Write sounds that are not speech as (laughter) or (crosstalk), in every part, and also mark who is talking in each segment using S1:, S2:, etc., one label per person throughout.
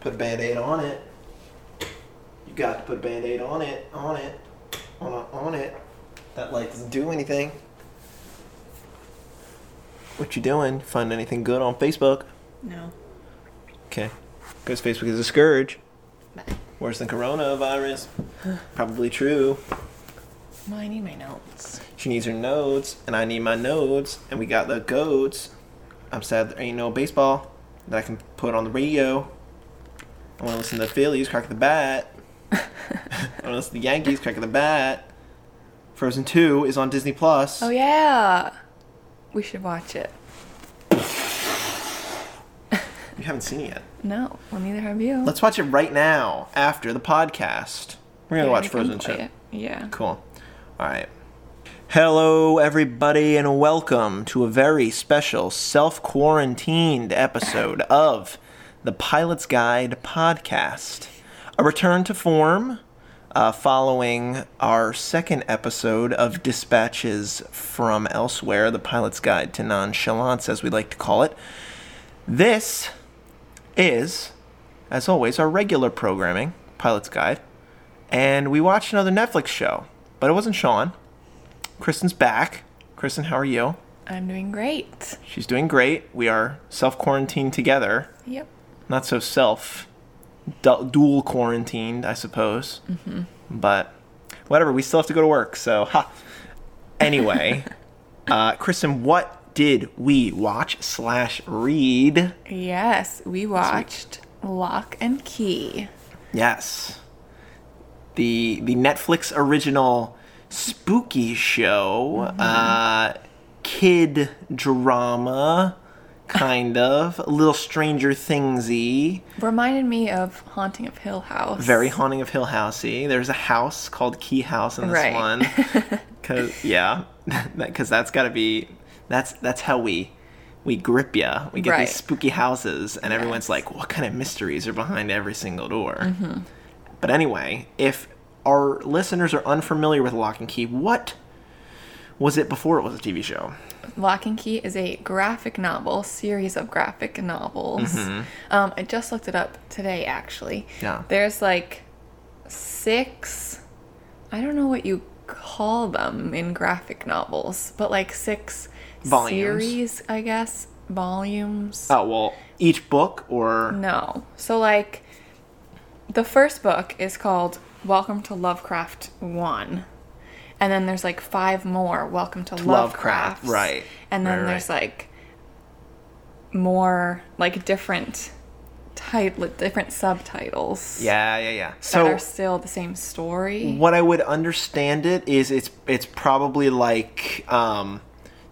S1: Put a band aid on it. You got to put a band aid on it, on it, on, on it. That light doesn't do anything. What you doing? Find anything good on Facebook?
S2: No.
S1: Okay. Because Facebook is a scourge.
S2: Bye.
S1: Worse than coronavirus. Probably true.
S2: Well, I need my notes.
S1: She needs her nodes, and I need my nodes, and we got the goats. I'm sad there ain't no baseball that I can put on the radio. I want to listen to the Phillies crack the
S2: (laughs)
S1: bat. I want to listen to the Yankees crack the bat. Frozen 2 is on Disney Plus.
S2: Oh yeah. We should watch it.
S1: You haven't seen it yet.
S2: No. Well, neither have you.
S1: Let's watch it right now after the podcast. We're going to
S2: Yeah,
S1: watch
S2: we can
S1: Frozen
S2: play
S1: 2.
S2: it. Yeah.
S1: Cool. All right. Hello, everybody, and welcome to a very special self quarantined episode of the Pilot's Guide podcast. A return to form uh, following our second episode of Dispatches from Elsewhere, the Pilot's Guide to Nonchalance, as we like to call it. This is, as always, our regular programming, Pilot's Guide and we watched another Netflix show, but it wasn't Sean. Kristen's back. Kristen, how are you?
S2: I'm doing great.
S1: She's doing great. We are self quarantined together.
S2: Yep.
S1: Not so self, du- dual quarantined, I suppose. But whatever, we still have to go to work, so ha. Anyway, uh, Kristen, what did we watch slash read?
S2: Yes, we watched Lock and Key.
S1: Yes. The the Netflix original spooky show, uh, kid drama, kind of a little Stranger Thingsy,
S2: Reminded me of Haunting of Hill House.
S1: very haunting of Hill Housey. There's a house called Key House in this
S2: Right. (laughs)
S1: one, because yeah, (laughs) because that's got to be that's that's how we. We grip ya. We get
S2: Right.
S1: these spooky houses, and everyone's like, "What kind of mysteries are behind every single door?"
S2: Mm-hmm.
S1: But anyway, if our listeners are unfamiliar with Lock and Key, what was it before it was a TV show?
S2: Lock and Key is a graphic novel, series of graphic novels. Um, I just looked it up today, actually.
S1: Mm-hmm. Yeah.
S2: There's like six, I don't know what you call them in graphic novels, but like six
S1: Volumes.
S2: series, I guess, volumes.
S1: Oh well, each book or
S2: No. So like the first book is called Welcome to Lovecraft 1. And then there's like five more Welcome to
S1: Lovecraft,
S2: Lovecraft.
S1: right.
S2: And then
S1: Right, right.
S2: there's like more like different title different subtitles
S1: yeah, yeah, yeah.
S2: that
S1: So
S2: are still the same story.
S1: what I would understand it is it's it's probably like um,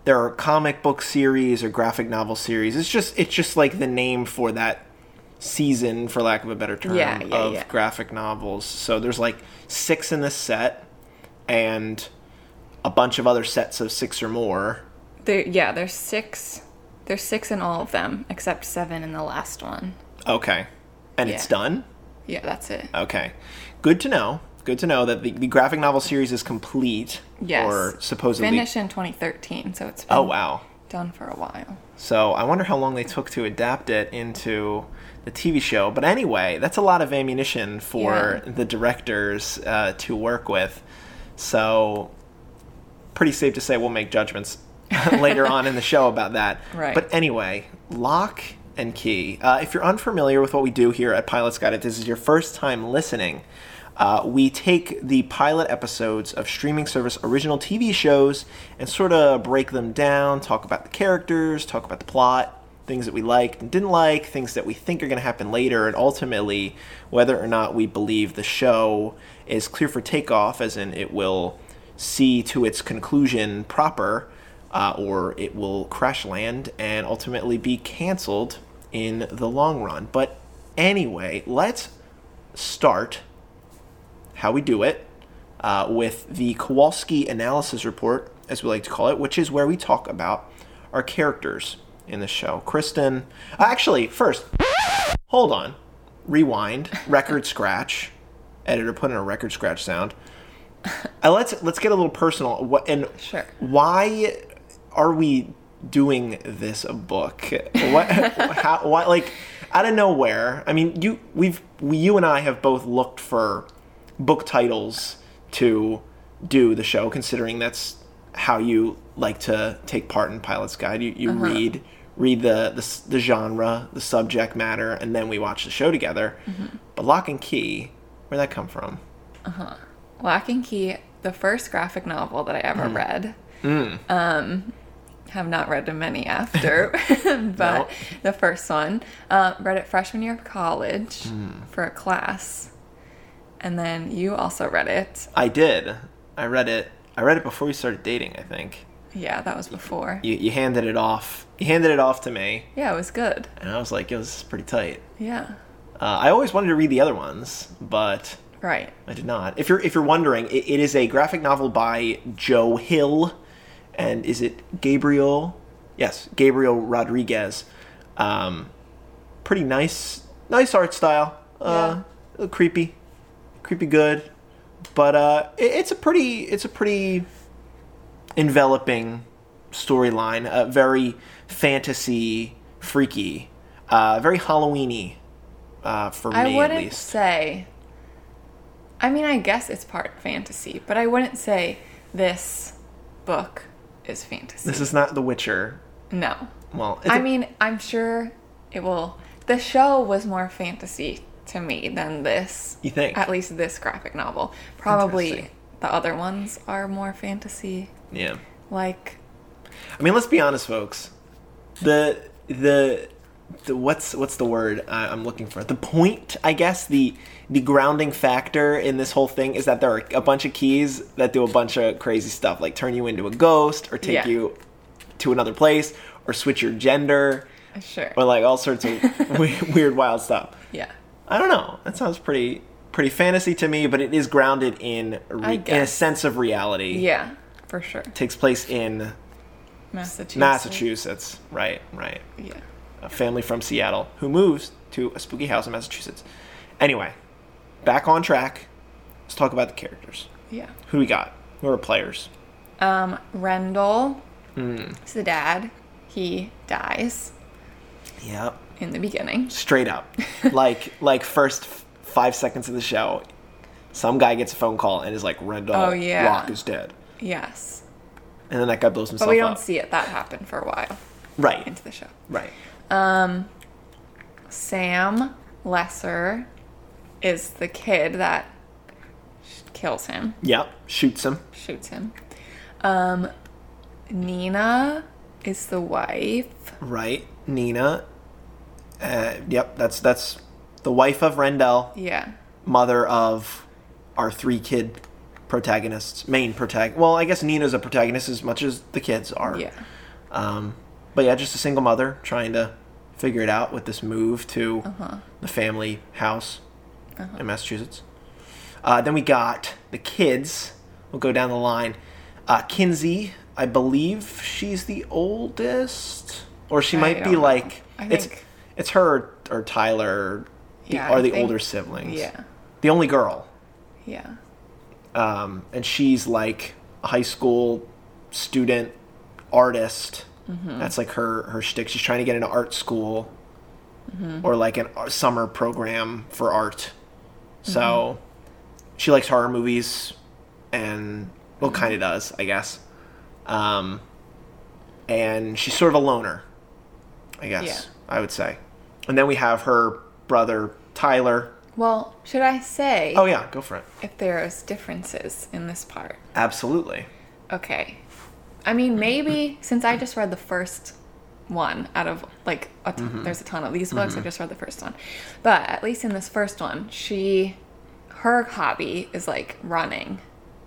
S1: there are comic book series or graphic novel series. It's just it's just like the name for that season, for lack of a better term,
S2: Yeah, yeah,
S1: of
S2: yeah.
S1: graphic novels. So there's like six in this set, and a bunch of other sets of six or more.
S2: There, yeah, there's six there's six in all of them except seven in the last one.
S1: Okay. And it's
S2: Yeah.
S1: done?
S2: Yeah, that's it.
S1: Okay. Good to know. Good to know that the, the graphic novel series is complete.
S2: Yes.
S1: Or supposedly.
S2: Finished in 2013, so it's been
S1: Oh, wow.
S2: done for a while.
S1: So I wonder how long they took to adapt it into the TV show. But anyway, that's a lot of ammunition for the directors uh, to work with. So, pretty safe to say we'll make judgments (laughs) later on in the show about that.
S2: Right.
S1: But anyway, lock and key. Uh, if you're unfamiliar with what we do here at Pilot's Guide, if this is your first time listening, uh, we take the pilot episodes of streaming service original TV shows and sort of break them down, talk about the characters, talk about the plot, things that we liked and didn't like, things that we think are going to happen later, and ultimately whether or not we believe the show is clear for takeoff, as in it will see to its conclusion proper, uh, or it will crash land and ultimately be canceled in the long run. But anyway, let's start how we do it uh, with the Kowalski analysis report, as we like to call it, which is where we talk about our characters in the show. Kristen, uh, actually, first, hold on, rewind, record scratch, editor put in a record scratch sound. Uh, let's let's get a little personal. What and
S2: Sure.
S1: why are we doing this book? What, (laughs) how, why, like, out of nowhere? I mean, you, we've, we, you and I have both looked for book titles to do the show, considering that's how you like to take part in Pilot's Guide. You, you read, read the, the s- the genre, the subject matter, and then we watch the show together. But Lock and Key, where'd that come from?
S2: Lock and Key, the first graphic novel that I ever
S1: Hmm.
S2: read. Um, have not read many
S1: (laughs)
S2: after, (laughs) but
S1: No.
S2: the first one. Uh, read it freshman year of college
S1: Hmm.
S2: for a class. And then you also read it.
S1: I did. I read it. I read it before we started dating. I think
S2: Yeah, that was before.
S1: you, you handed it off. You handed it off to me,
S2: Yeah, it was good.
S1: and I was like, "Yo, this is pretty tight."
S2: Yeah.
S1: Uh, I always wanted to read the other ones, but
S2: Right.
S1: I did not. If you're if you're wondering, it, it is a graphic novel by Joe Hill, and is it Gabriel? Yes, Gabriel Rodriguez. Um, pretty nice, nice art style. Uh, creepy, creepy good, but uh, it, it's a pretty it's a pretty enveloping storyline. Uh, very fantasy, freaky, uh, very Halloweeny. Uh, for
S2: I
S1: me, at
S2: wouldn't
S1: least.
S2: say. I mean, I guess it's part fantasy, but I wouldn't say this book
S1: (laughs)
S2: is fantasy.
S1: This is not The Witcher.
S2: No.
S1: Well, it's
S2: I
S1: a-
S2: mean, I'm sure it will. The show was more fantasy to me than this.
S1: You think?
S2: At least this graphic novel. Probably
S1: Interesting.
S2: the other ones are more fantasy.
S1: yeah.
S2: Like,
S1: I mean, let's be honest, folks. The the the what's what's the word I- I'm looking for? The point, I guess. The the grounding factor in this whole thing is that there are a bunch of keys that do a bunch of crazy stuff, like turn you into a ghost, or take
S2: Yeah.
S1: you to another place, or switch your gender,
S2: sure.
S1: or like all sorts
S2: (laughs)
S1: of we- weird, wild stuff.
S2: yeah.
S1: I don't know. That sounds pretty pretty fantasy to me, but it is grounded in
S2: I
S1: re- in a
S2: guess.
S1: sense of reality.
S2: Yeah, for sure.
S1: Takes place in
S2: Massachusetts.
S1: Massachusetts. Right, right.
S2: Yeah.
S1: A family from Seattle who moves to a spooky house in Massachusetts. Anyway, back on track. Let's talk about the characters.
S2: Yeah.
S1: Who do we got? Who are our players?
S2: Um, Rendell,
S1: Hmm.
S2: it's the dad. He dies
S1: Yep.
S2: in the beginning.
S1: Straight
S2: (laughs)
S1: up. like like first f- 5 seconds of the show, some guy gets a phone call and is like Rendell
S2: Oh, yeah.
S1: Rock is dead.
S2: Yes.
S1: And then that guy blows himself
S2: But we don't
S1: up.
S2: see it. That happened for a while
S1: right.
S2: into the show.
S1: Right.
S2: Sam Lesser is the kid that sh- kills him,
S1: Yep. Shoots him.
S2: shoots him. Um, Nina is the wife.
S1: Right. Nina. Uh, yep, that's that's the wife of Rendell.
S2: Yeah.
S1: mother of our three kid protagonists, main protagonist. Well, I guess Nina's a protagonist as much as the kids are.
S2: Yeah.
S1: Um, but yeah, just a single mother trying to figure it out with this move to
S2: Uh-huh.
S1: the family house in Massachusetts. Uh, then we got the kids. We'll go down the line. Uh, Kinsey, I believe she's the oldest, or she
S2: I
S1: might be
S2: don't know.
S1: like
S2: I
S1: it's
S2: think-
S1: it's her or Tyler the,
S2: Yeah,
S1: are
S2: I
S1: the
S2: think-
S1: older siblings
S2: Yeah.
S1: the only girl
S2: Yeah.
S1: um, and she's like a high school student artist that's like her her shtick. she's trying to get into art school or like an ar- summer program for art so she likes horror movies and well kind of does i guess um, and she's sort of a loner i guess
S2: Yeah.
S1: i would say and then we have her brother tyler
S2: Well, should I say
S1: oh yeah go for it
S2: if there's differences in this part?
S1: absolutely
S2: Okay. I mean, maybe since I just read the first one out of like a ton,
S1: Mm-hmm.
S2: there's a ton of these books. I just read the first one, but at least in this first one, she her hobby is like running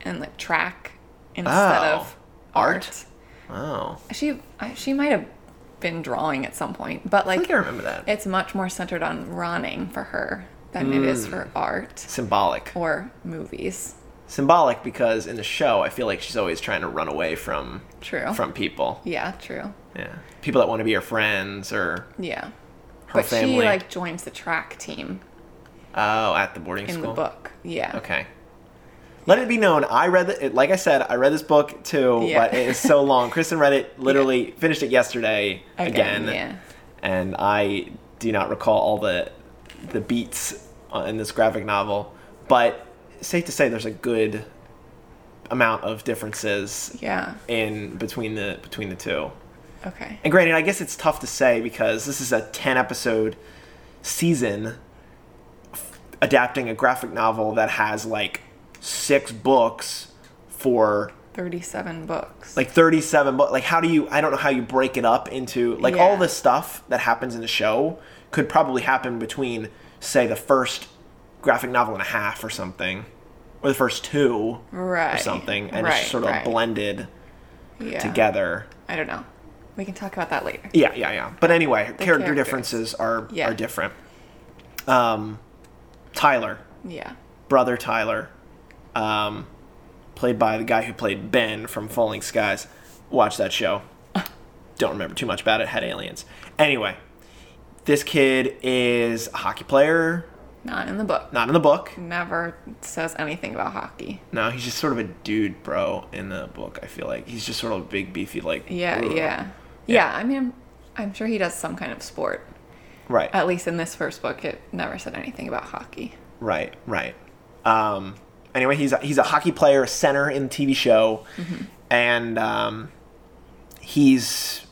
S2: and like track instead
S1: Oh.
S2: of
S1: Art?
S2: art.
S1: oh
S2: She I, she might have been drawing at some point, but
S1: I think
S2: like
S1: I remember that.
S2: it's much more centered on running for her than it is
S1: Mm.
S2: for art
S1: Symbolic.
S2: or movies.
S1: Symbolic because in the show, I feel like she's always trying to run away from
S2: True.
S1: from people.
S2: yeah, true.
S1: Yeah, people that want to be her friends or
S2: Yeah.
S1: her
S2: But
S1: family.
S2: she like joins the track team
S1: oh, at the boarding
S2: in
S1: school.
S2: the book. Yeah.
S1: Okay. Let it be known, I read the, it. Like I said, I read this book too,
S2: Yeah.
S1: but it is
S2: (laughs)
S1: so long. Kristen read it literally, finished it yesterday again,
S2: Again, yeah.
S1: and I do not recall all the the beats uh, in this graphic novel. But safe to say, there's a good amount of differences
S2: Yeah.
S1: in between the between the two.
S2: Okay.
S1: And granted, I guess it's tough to say because this is a 10 episode season f- adapting a graphic novel that has like six books for
S2: 37 books.
S1: like 37 books. Like, how do you, I don't know how you break it up into like all
S2: Yeah.
S1: the stuff that happens in the show could probably happen between, say, the first graphic novel and a half or something, or the first two
S2: right.
S1: or something. And
S2: right,
S1: it's sort of
S2: right.
S1: blended
S2: yeah.
S1: together.
S2: I don't know. We can talk about that later.
S1: Yeah, yeah, yeah. But anyway, character
S2: characters.
S1: differences are
S2: Yeah.
S1: are different. Um, Tyler,
S2: Yeah.
S1: brother Tyler, um, played by the guy who played Ben from Falling Skies. Watch that show. Don't remember too much about it. Had aliens. Anyway, this kid is a hockey player.
S2: Not in the book.
S1: Not in the book.
S2: Never says anything about hockey.
S1: No, he's just sort of a dude, bro. In the book, I feel like he's just sort of a big, beefy, like
S2: Yeah,
S1: "Ugh."
S2: yeah. Yeah, I mean, I'm, I'm sure he does some kind of sport.
S1: right.
S2: At least in this first book, it never said anything about hockey.
S1: Right, right. Um, anyway, he's a, he's a hockey player, a center in the TV show, and um, he's,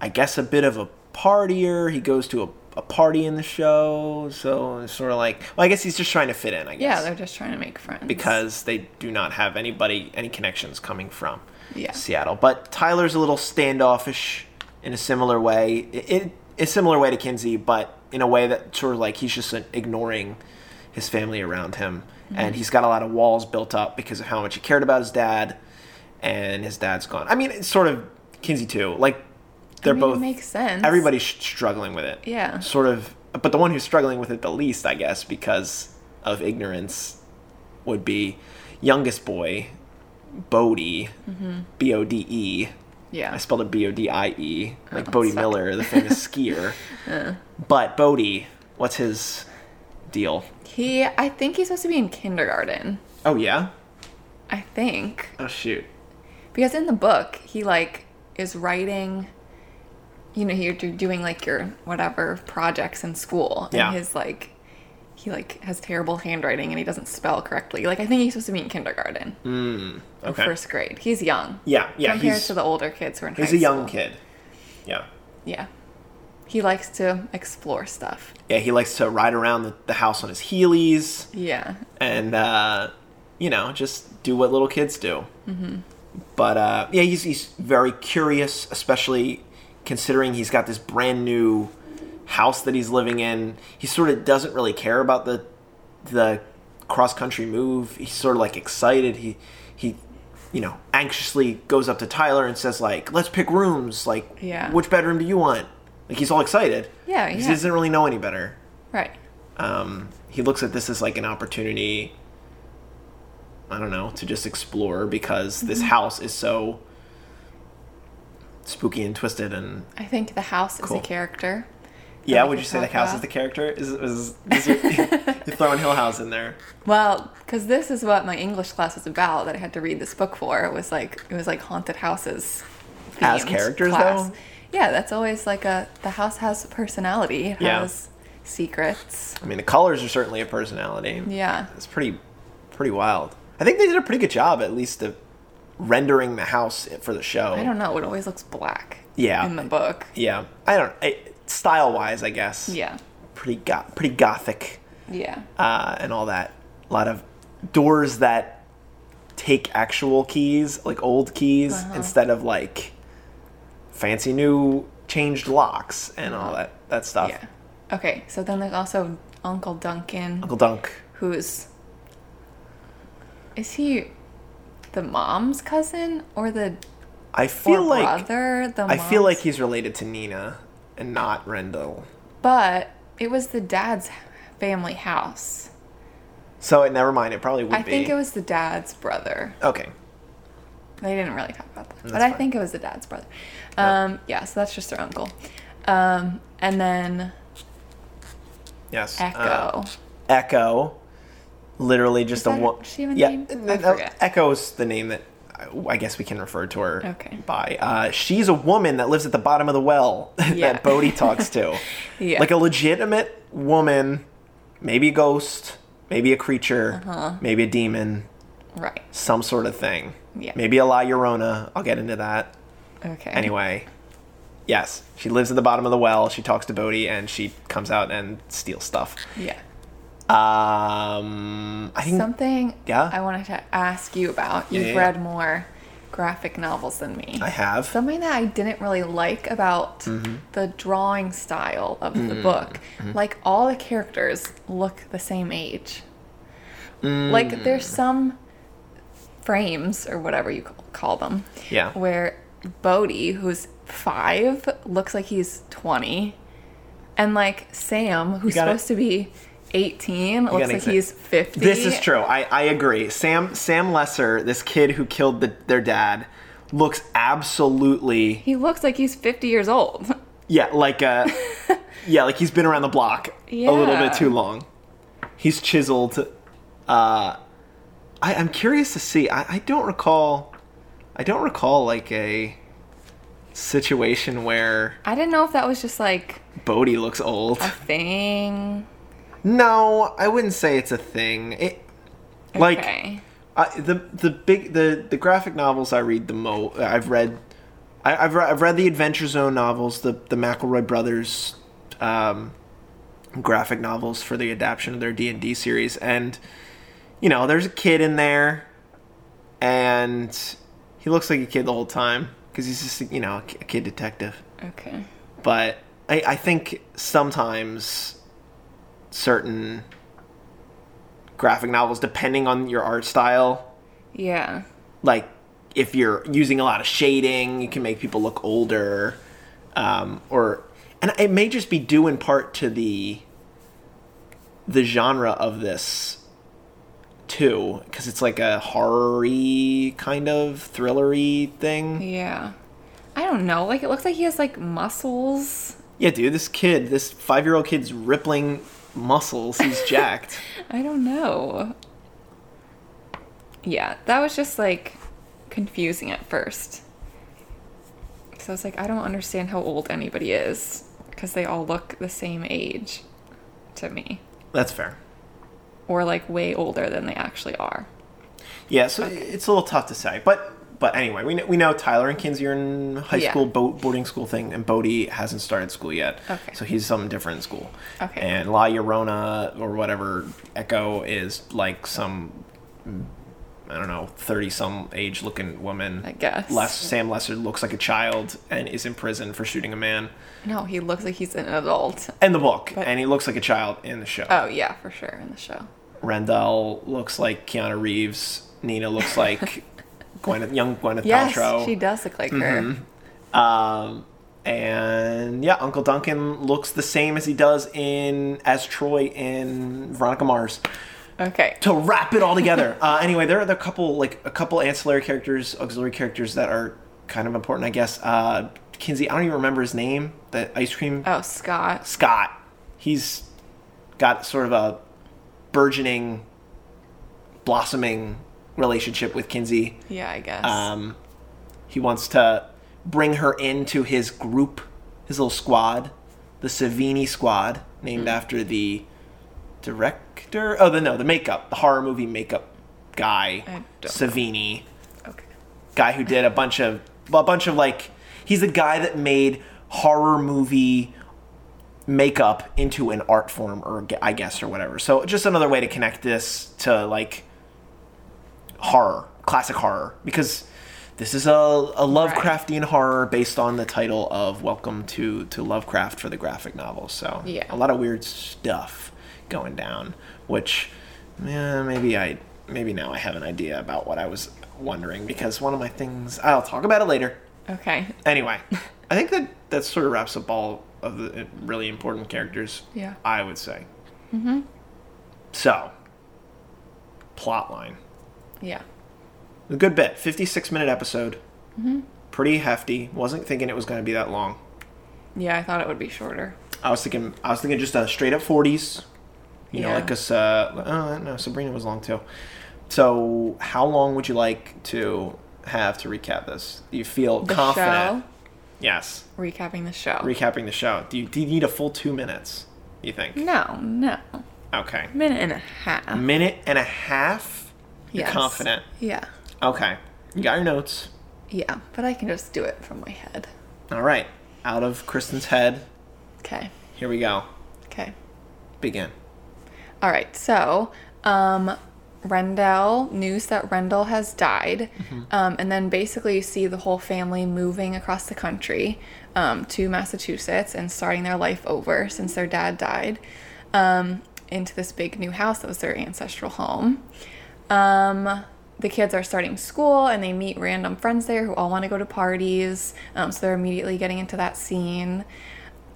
S1: I guess, a bit of a partier. He goes to a, a party in the show, so it's sort of like, well, I guess he's just trying to fit in. I
S2: Yeah,
S1: guess
S2: they're just trying to make friends.
S1: because they do not have anybody any connections coming from
S2: Yeah.
S1: Seattle. But Tyler's a little standoffish in a similar way, in a similar way to Kinsey, but in a way that sort of like he's just ignoring his family around him,
S2: Mm-hmm.
S1: and he's got a lot of walls built up because of how much he cared about his dad, and his dad's gone. I mean, it's sort of Kinsey too. Like they're
S2: I mean,
S1: both
S2: it makes sense.
S1: everybody's sh- struggling with it.
S2: Yeah.
S1: Sort of, but the one who's struggling with it the least, I guess, because of ignorance, would be youngest boy, Bodie, B O D E.
S2: Yeah.
S1: I spelled it B O D I E, like
S2: Oh,
S1: Bodie
S2: suck.
S1: Miller, the
S2: (laughs)
S1: famous skier. But Bodie, what's his deal?
S2: He, I think he's supposed to be in kindergarten.
S1: Oh yeah.
S2: I think.
S1: Oh shoot.
S2: Because in the book, he like is writing, you know, you're do- doing like your whatever projects in school, and
S1: Yeah.
S2: his like, he like has terrible handwriting and he doesn't spell correctly. Like I think he's supposed to be in kindergarten, or
S1: Mm, Okay.
S2: first grade. He's young.
S1: yeah, yeah.
S2: compared
S1: He's
S2: to the older kids who are in
S1: he's
S2: high
S1: a young
S2: school.
S1: kid. Yeah.
S2: Yeah, he likes to explore stuff.
S1: Yeah, he likes to ride around the, the house on his heelys.
S2: Yeah,
S1: and uh, you know just do what little kids do.
S2: Mm-hmm.
S1: But uh, yeah, he's he's very curious, especially considering he's got this brand new house that he's living in. He sort of doesn't really care about the the cross country move. He's sort of like excited. He he you know anxiously goes up to Tyler and says like, "Let's pick rooms. Like,
S2: Yeah.
S1: which bedroom do you want?" Like he's all excited.
S2: Yeah,
S1: He
S2: yeah.
S1: doesn't really know any better
S2: right.
S1: um, he looks at this as like an opportunity i don't know to just explore because this
S2: Mm-hmm.
S1: house is so spooky and twisted and
S2: I think the house is
S1: Cool.
S2: a character.
S1: yeah
S2: we
S1: would
S2: can
S1: you say the
S2: talk
S1: house is
S2: about.
S1: the character is, is, is
S2: (laughs)
S1: your, you're throwing hill house in there
S2: Well, because this is what my English class was about that I had to read this book for. It was like it was like haunted houses.
S1: As
S2: themed
S1: characters, though?
S2: Yeah, that's always like a the house has personality. It
S1: Yeah.
S2: has secrets.
S1: i mean the colors are certainly a personality
S2: Yeah.
S1: it's pretty pretty wild i think they did a pretty good job at least of rendering the house for the show
S2: I don't know. It always looks black.
S1: Yeah.
S2: In the book.
S1: yeah i don't I, style wise i guess
S2: Yeah.
S1: pretty go- pretty gothic
S2: Yeah.
S1: uh, and all that. A lot of doors that take actual keys, like old keys,
S2: Uh-huh.
S1: instead of like fancy new changed locks and all that that stuff.
S2: Yeah. Okay. So then there's also Uncle Duncan,
S1: Uncle Dunk.
S2: who's is he the mom's cousin or the
S1: I
S2: or
S1: feel like
S2: brother? The
S1: I feel
S2: mom's-
S1: like he's related to Nina and not Rendell.
S2: But it was the dad's family house.
S1: So it, never mind. It probably would
S2: I
S1: be.
S2: think it was the dad's brother.
S1: okay.
S2: They didn't really talk about that, but
S1: That's
S2: I
S1: fine.
S2: think it was the dad's brother. Um, yeah, so that's just their uncle. Um, and then
S1: Yes.
S2: Echo.
S1: Uh, Echo. literally just a
S2: that-
S1: one.
S2: she even
S1: yeah,
S2: named?
S1: no,
S2: I
S1: no,
S2: forget.
S1: Echo's the name that I- I guess we can refer to her
S2: Okay.
S1: by. Uh, she's a woman that lives at the bottom of the well (laughs)
S2: Yeah.
S1: that Bodhi talks to,
S2: (laughs) Yeah.
S1: like a legitimate woman, maybe a ghost, maybe a creature,
S2: Uh-huh.
S1: maybe a demon,
S2: Right.
S1: some sort of thing.
S2: Yeah.
S1: Maybe a La Llorona. I'll get into that.
S2: Okay.
S1: Anyway, yes, she lives at the bottom of the well. She talks to Bodhi, and she comes out and steals stuff.
S2: Yeah.
S1: Um, I think
S2: Something
S1: Yeah?
S2: I wanted to ask you about. You've
S1: yeah, yeah.
S2: read more graphic novels than me.
S1: I have.
S2: Something that I didn't really like about
S1: Mm-hmm.
S2: the drawing style of the book, like all the characters look the same age.
S1: Mm.
S2: Like there's some frames or whatever you ca- call them,
S1: Yeah.
S2: where Bodhi, who's five, looks like he's twenty, and like Sam, who's
S1: got it.
S2: supposed to be eighteen, looks
S1: it,
S2: like
S1: Sam.
S2: he's fifty.
S1: This is true. I, I agree. Sam Sam Lesser, this kid who killed the, their dad, looks absolutely
S2: He looks like he's fifty years old. (laughs)
S1: yeah like uh yeah like he's been around the block a little
S2: Yeah.
S1: bit too long. He's chiseled. Uh, I, I'm curious to see. I, I don't recall. I don't recall like a situation where
S2: I didn't know if that was just like
S1: Bodhi looks old.
S2: thing.
S1: No, I wouldn't say it's a thing. It like.
S2: okay.
S1: I, the the big the the graphic novels I read the mo I've read I, I've re- I've read the Adventure Zone novels the the McElroy brothers um, graphic novels for the adaptation of their D and D series and you know there's a kid in there and he looks like a kid the whole time because he's just you know a ki- a kid detective
S2: Okay.
S1: but I, I think sometimes certain graphic novels, depending on your art style,
S2: Yeah.
S1: like if you're using a lot of shading, you can make people look older, um, or and it may just be due in part to the the genre of this too, because it's like a horror kind of thrillery thing.
S2: Yeah. I don't know. Like it looks like he has like muscles.
S1: Yeah, dude, this kid, this five year old kid's rippling muscles. He's jacked.
S2: I don't know. Yeah, that was just like confusing at first. Cuz I was like I don't understand how old anybody is cuz they all look the same age to me
S1: That's fair.
S2: or like way older than they actually are.
S1: Yeah, so it's a little tough to say. But but anyway, we know, we know Tyler and Kinsey are in high
S2: Yeah.
S1: school boat boarding school thing, and Bodhi hasn't started school yet.
S2: Okay.
S1: So he's something different in school.
S2: Okay.
S1: And La Llorona or whatever Echo is like some I don't know thirty some age looking woman.
S2: I guess.
S1: Les- Sam Lesser looks like a child and is in prison for shooting a man
S2: No, he looks like he's an adult.
S1: in the book,
S2: But-
S1: and he looks like a child in the show.
S2: Oh, yeah, for sure in the show.
S1: Rendell looks like Keanu Reeves. Nina looks
S2: (laughs)
S1: like Gwyneth, young Gwyneth
S2: Yes,
S1: Paltrow.
S2: she does look like her.
S1: Um, and yeah, Uncle Duncan looks the same as he does in as Troy in Veronica Mars.
S2: Okay.
S1: To wrap it all together. uh, anyway, there are a couple like a couple ancillary characters, auxiliary characters that are kind of important, I guess. Uh, Kinsey, I don't even remember his name. That ice cream
S2: Oh, Scott.
S1: Scott. He's got sort of a burgeoning, blossoming relationship with Kinsey.
S2: Yeah, I guess.
S1: Um, he wants to bring her into his group, his little squad, the Savini squad, named
S2: Mm-hmm.
S1: after the director. Oh, the no, the makeup, the horror movie makeup guy,
S2: I don't
S1: Savini,
S2: okay.
S1: guy who did a bunch of a bunch of like he's the guy that made horror movie makeup into an art form or g- I guess or whatever. So just another way to connect this to like horror, classic horror because this is a, a Lovecraftian horror based on the title of Welcome to to Lovecraft for the graphic novel. So
S2: Yeah.
S1: a lot of weird stuff going down, which yeah, maybe I maybe now I have an idea about what I was wondering because one of my things I'll talk about it later.
S2: Okay. (laughs)
S1: Anyway, I think that that sort of wraps up all of the really important characters.
S2: Yeah.
S1: I would say. Mm-hmm. So, plot line.
S2: Yeah.
S1: A good bit. 56 minute episode.
S2: Mm-hmm.
S1: Pretty hefty. Wasn't thinking it was going to be that long.
S2: Yeah, I thought it would be shorter.
S1: I was thinking I was thinking just a straight up 40s. You know,
S2: Yeah.
S1: like because uh, uh, no, Sabrina was long too. So, how long would you like to have to recap this? Do you feel
S2: The
S1: confident? Yes,
S2: show, recapping the show.
S1: recapping the show. Do you, do you need a full two minutes? You think?
S2: no, no,
S1: Okay,
S2: minute and a half.
S1: minute and a half. You're
S2: Yes.
S1: confident.
S2: Yeah,
S1: Okay, you got your notes.
S2: yeah, but I can just do it from my head.
S1: All right, out of Kristen's head.
S2: Okay,
S1: Here we go.
S2: okay.
S1: Begin.
S2: All right, so um, Rendell news that Rendell has died, um, and then basically you see the whole family moving across the country um, to Massachusetts and starting their life over since their dad died um, into this big new house that was their ancestral home. Um, the kids are starting school and they meet random friends there who all want to go to parties, um, so they're immediately getting into that scene.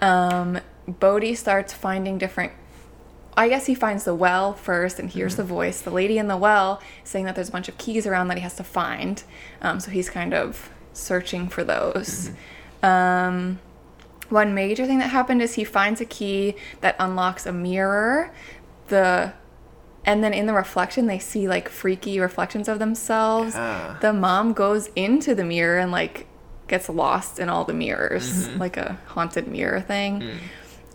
S2: Um, Bodhi starts finding different I guess he finds the well first and hears the voice, the lady in the well, saying that there's a bunch of keys around that he has to find. Um, so he's kind of searching for those. Um, one major thing that happened is he finds a key that unlocks a mirror. The and then in the reflection they see like freaky reflections of themselves.
S1: Yeah.
S2: The mom goes into the mirror and like gets lost in all the mirrors, like a haunted mirror thing.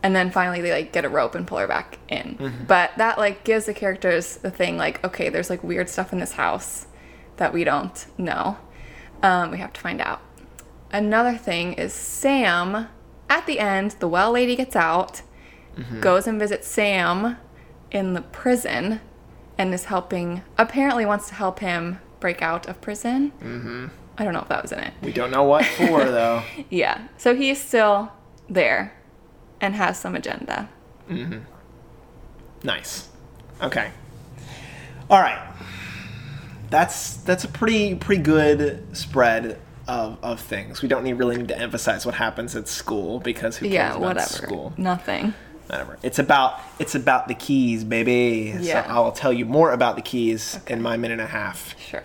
S2: And then finally they like get a rope and pull her back in. But that like gives the characters the thing like okay, there's like weird stuff in this house that we don't know. Um, we have to find out. Another thing is Sam, at the end, the well lady gets out, goes and visits Sam in the prison, and is helping, apparently wants to help him break out of prison. Mm-hmm. I don't know if that was in it.
S1: We don't know what for
S2: (laughs)
S1: though.
S2: Yeah. So he is still there and has some agenda.
S1: Nice. Okay. All right. That's that's a pretty pretty good spread of, of things. We don't need really need to emphasize what happens at school because who cares
S2: Yeah,
S1: about
S2: whatever.
S1: school?
S2: Nothing.
S1: Whatever. It's about it's about the keys, baby.
S2: Yeah.
S1: So I'll tell you more about the keys in my minute and a half.
S2: Sure.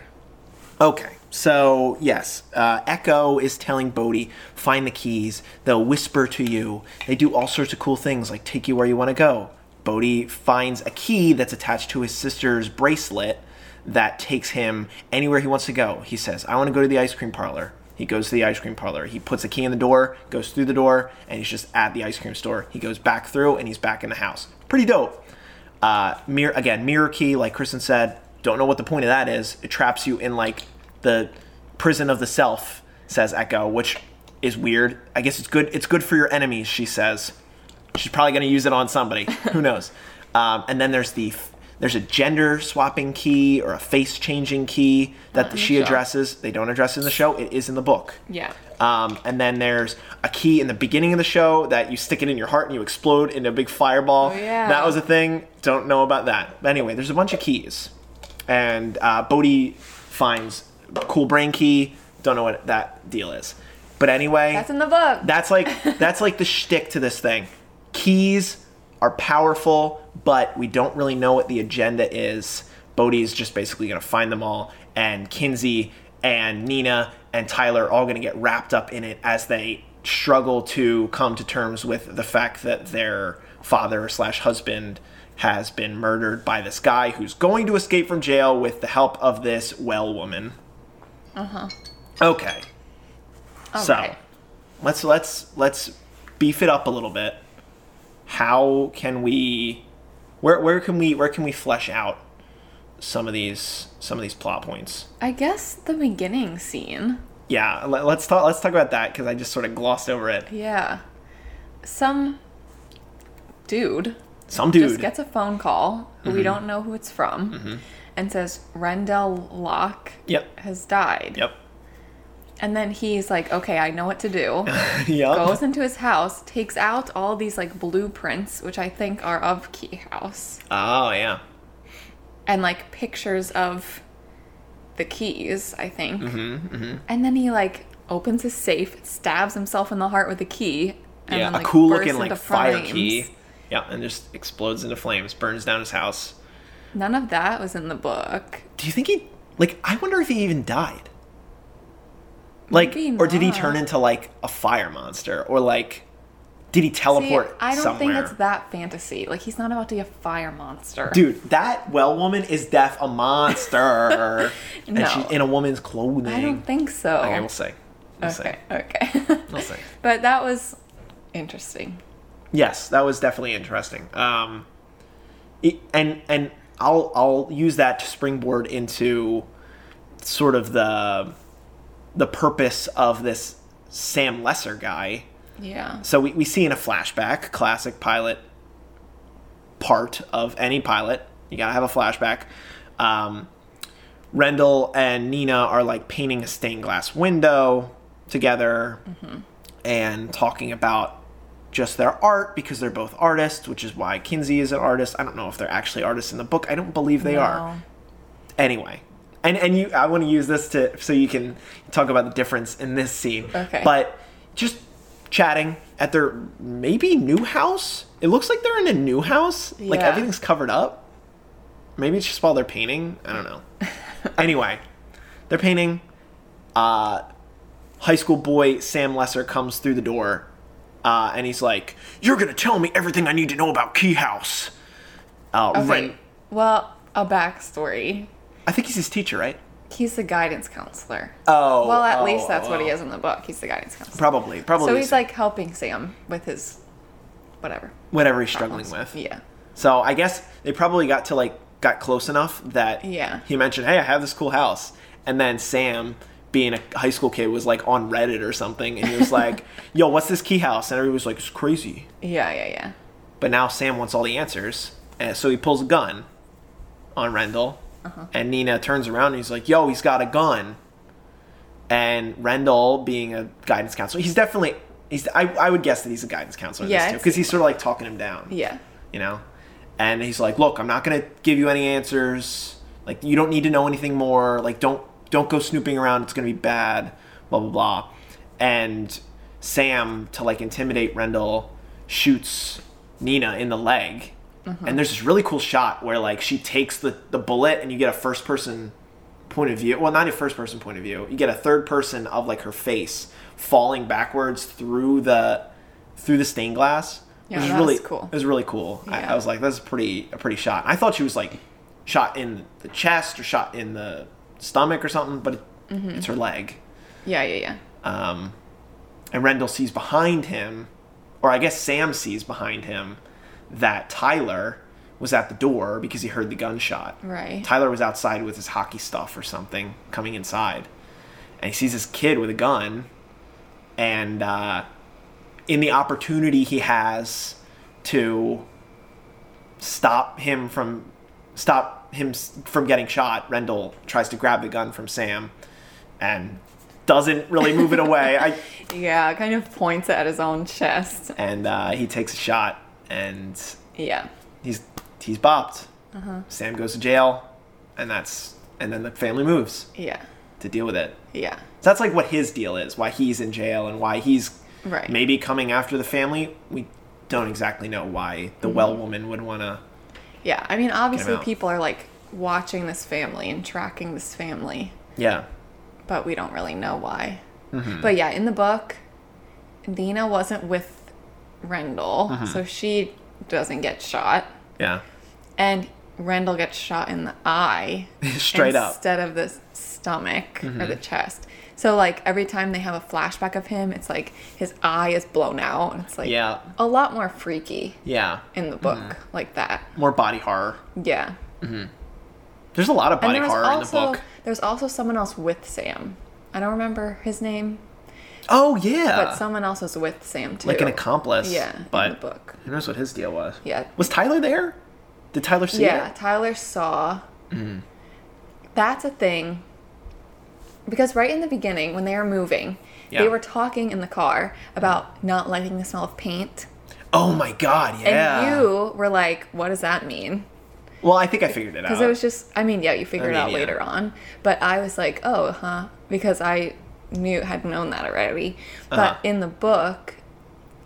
S1: Okay, so yes, uh, Echo is telling Bodhi, find the keys. They'll whisper to you. They do all sorts of cool things, like take you where you want to go. Bodhi finds a key that's attached to his sister's bracelet that takes him anywhere he wants to go. He says, I want to go to the ice cream parlor. He goes to the ice cream parlor. He puts a key in the door, goes through the door, and he's just at the ice cream store. He goes back through, and he's back in the house. Pretty dope. Uh, mirror again, mirror key, like Kristen said, don't know what the point of that is. It traps you in like the prison of the self, says Echo, which is weird. I guess it's good. It's good for your enemies, she says. She's probably going to use it on
S2: (laughs)
S1: somebody. Who knows? Um, and then there's the f- there's a gender swapping key or a face changing key that
S2: in the
S1: she
S2: show.
S1: addresses. They don't address it in the show. It is in the book.
S2: Yeah.
S1: Um, and then there's a key in the beginning of the show that you stick it in your heart and you explode into a big fireball.
S2: Oh, yeah.
S1: That was a thing. Don't know about that. But anyway, there's a bunch of keys. And uh, Bodhi finds cool brain key. Don't know what that deal is. But anyway,
S2: That's in the book.
S1: that's
S2: (laughs)
S1: like that's like the shtick to this thing. Keys are powerful, but we don't really know what the agenda is. Bodhi is just basically gonna find them all, and Kinsey and Nina and Tyler are all gonna get wrapped up in it as they struggle to come to terms with the fact that their father slash husband has been murdered by this guy who's going to escape from jail with the help of this well woman.
S2: Uh-huh.
S1: Uh huh. Okay. so
S2: right.
S1: let's let's let's beef it up a little bit. How can we where where can we where can we flesh out some of these some of these plot points?
S2: I guess the beginning scene.
S1: Yeah, let, let's talk let's talk about that because I just sort of glossed over it.
S2: Yeah. Some dude
S1: Some dude.
S2: just gets a phone call who we don't know who it's from and says Rendell Locke
S1: Yep.
S2: has died.
S1: Yep. (laughs)
S2: And then he's like, okay, I know what
S1: (laughs)
S2: to do.
S1: yep.
S2: Goes into his house, takes out all these like blueprints, which I think are of Key House,
S1: Oh yeah.
S2: and like pictures of the keys, I think. Mm-hmm, And then he like opens his safe, stabs himself in the heart with a key. And
S1: yeah.
S2: then,
S1: a
S2: like,
S1: cool
S2: bursts
S1: looking like
S2: into
S1: fire
S2: flames.
S1: key. Yeah, and just explodes into flames, burns down his house.
S2: None of that was in the book.
S1: Do you think he like I wonder if he even died? Like
S2: Maybe
S1: or did he
S2: not.
S1: turn into like a fire monster or like Did he
S2: See,
S1: teleport
S2: I don't
S1: somewhere?
S2: think it's that fantasy. Like he's not about to be a fire monster.
S1: Dude, that well woman is deaf a
S2: (laughs)
S1: monster.
S2: No.
S1: And she's in a woman's clothing.
S2: I don't think so.
S1: okay, we'll see. We'll
S2: okay,
S1: see.
S2: okay. (laughs)
S1: We'll see.
S2: but that was interesting.
S1: Yes, that was definitely interesting. Um, it, and and I'll I'll use that to springboard into sort of the the purpose of this Sam Lesser guy.
S2: Yeah.
S1: So we, we see in a flashback, classic pilot part of any pilot. You gotta have a flashback. Um, Rendell and Nina are like painting a stained glass window together and talking about just their art because they're both artists, which is why Kinsey is an artist. I don't know if they're actually artists in the book. I don't believe they are. Anyway. And and you I want to use this to so you can talk about the difference in this scene.
S2: Okay.
S1: But just chatting at their maybe new house. It looks like they're in a new house. Like
S2: Yeah.
S1: everything's covered up. Maybe it's just while they're painting. I
S2: (laughs)
S1: don't know. anyway, they're painting. Uh, high school boy Sam Lesser comes through the door, uh, and he's like, "You're gonna tell me everything I need to know about Key House." Uh,
S2: No. Okay.
S1: Ren-
S2: Well, a backstory.
S1: I think he's his teacher, right?
S2: He's the guidance counselor.
S1: Oh,
S2: well, at
S1: oh,
S2: least that's
S1: oh,
S2: what he
S1: oh.
S2: is in the book. He's the guidance counselor.
S1: Probably, probably.
S2: So he's like helping Sam with his whatever.
S1: whatever he's struggling with.
S2: Yeah.
S1: So I guess they probably got to like got close enough that
S2: Yeah.
S1: he mentioned, "Hey, I have this cool house," and then Sam, being a high school kid, was like on Reddit or something, and he was
S2: (laughs)
S1: like, "Yo, what's this key house?" And everybody was like, "It's crazy."
S2: Yeah, yeah, yeah.
S1: But now Sam wants all the answers, and so he pulls a gun on Rendell, and Nina turns around and he's like, "Yo, he's got a gun." And Rendell, being a guidance counselor, he's definitely he's I, I would guess that he's a guidance counselor in
S2: Yeah,
S1: this
S2: it
S1: too because he's sort of like talking him down
S2: Yeah.
S1: you know and he's like look i'm not gonna give you any answers like you don't need to know anything more like don't don't go snooping around it's gonna be bad blah blah blah and sam to like intimidate rendell shoots nina in the leg
S2: Mm-hmm.
S1: and there's this really cool shot where like she takes the, the bullet and you get a first person point of view well not a first person point of view you get a third person of like her face falling backwards through the through the stained glass
S2: Yeah,
S1: which is
S2: that
S1: really
S2: was cool.
S1: it was really cool. I, I
S2: Yeah.
S1: was like, that's a pretty a pretty shot. I thought she was like shot in the chest or shot in the stomach or something, but it, it's her leg.
S2: Yeah, yeah, yeah.
S1: Um, and Rendell sees behind him, or I guess Sam sees behind him, that Tyler was at the door because he heard the gunshot.
S2: Right.
S1: Tyler was outside with his hockey stuff or something, coming inside, and he sees this kid with a gun, and uh, in the opportunity he has to stop him from stop him s- from getting shot, Rendell tries to grab the gun from Sam, and doesn't really move it away. I,
S2: Yeah, kind of points at his own chest.
S1: and uh, he takes a shot, and
S2: Yeah.
S1: he's he's bopped. Sam goes to jail, and that's and then the family moves
S2: Yeah.
S1: to deal with it.
S2: Yeah.
S1: So that's like what his deal is, why he's in jail and why he's
S2: Right.
S1: maybe coming after the family. We don't exactly know why the
S2: Mm-hmm.
S1: well woman would want to.
S2: Yeah. I mean, obviously,
S1: out.
S2: people are like watching this family and tracking this family,
S1: Yeah.
S2: but we don't really know why.
S1: Mm-hmm.
S2: But yeah, in the book, Dina wasn't with Rendell,
S1: Mm-hmm.
S2: so she doesn't get shot.
S1: Yeah. (laughs)
S2: And Rendell gets shot in the eye.
S1: (laughs) Straight up. Mm-hmm.
S2: Instead of the stomach or the chest. So, like, every time they have a flashback of him, it's like his eye is blown out. And it's like
S1: Yeah. Mm-hmm.
S2: a lot more freaky
S1: Yeah.
S2: in the book, like that.
S1: More body horror.
S2: Yeah.
S1: There's a lot of
S2: And
S1: body
S2: there was
S1: horror in the
S2: also
S1: book.
S2: there's also someone else with Sam. I don't remember his name,
S1: Oh yeah.
S2: but someone else was with Sam too.
S1: like an accomplice.
S2: Yeah, in
S1: But
S2: the book.
S1: who knows what his deal was?
S2: Yeah.
S1: Was Tyler there? Did Tyler see
S2: Yeah,
S1: it?
S2: Tyler saw.
S1: Mm-hmm.
S2: That's a thing. Because right in the beginning, when they were moving,
S1: Yeah.
S2: they were talking in the car about not liking the smell of paint.
S1: Oh my god, yeah.
S2: And you were like, what does that mean?
S1: Well, I think I figured it out.
S2: Because it was just, I mean, yeah, you figured it
S1: Oh. mean,
S2: out
S1: yeah.
S2: later on. But I was like, oh, huh. Because I knew, had known that already. But
S1: Uh-huh.
S2: in the book,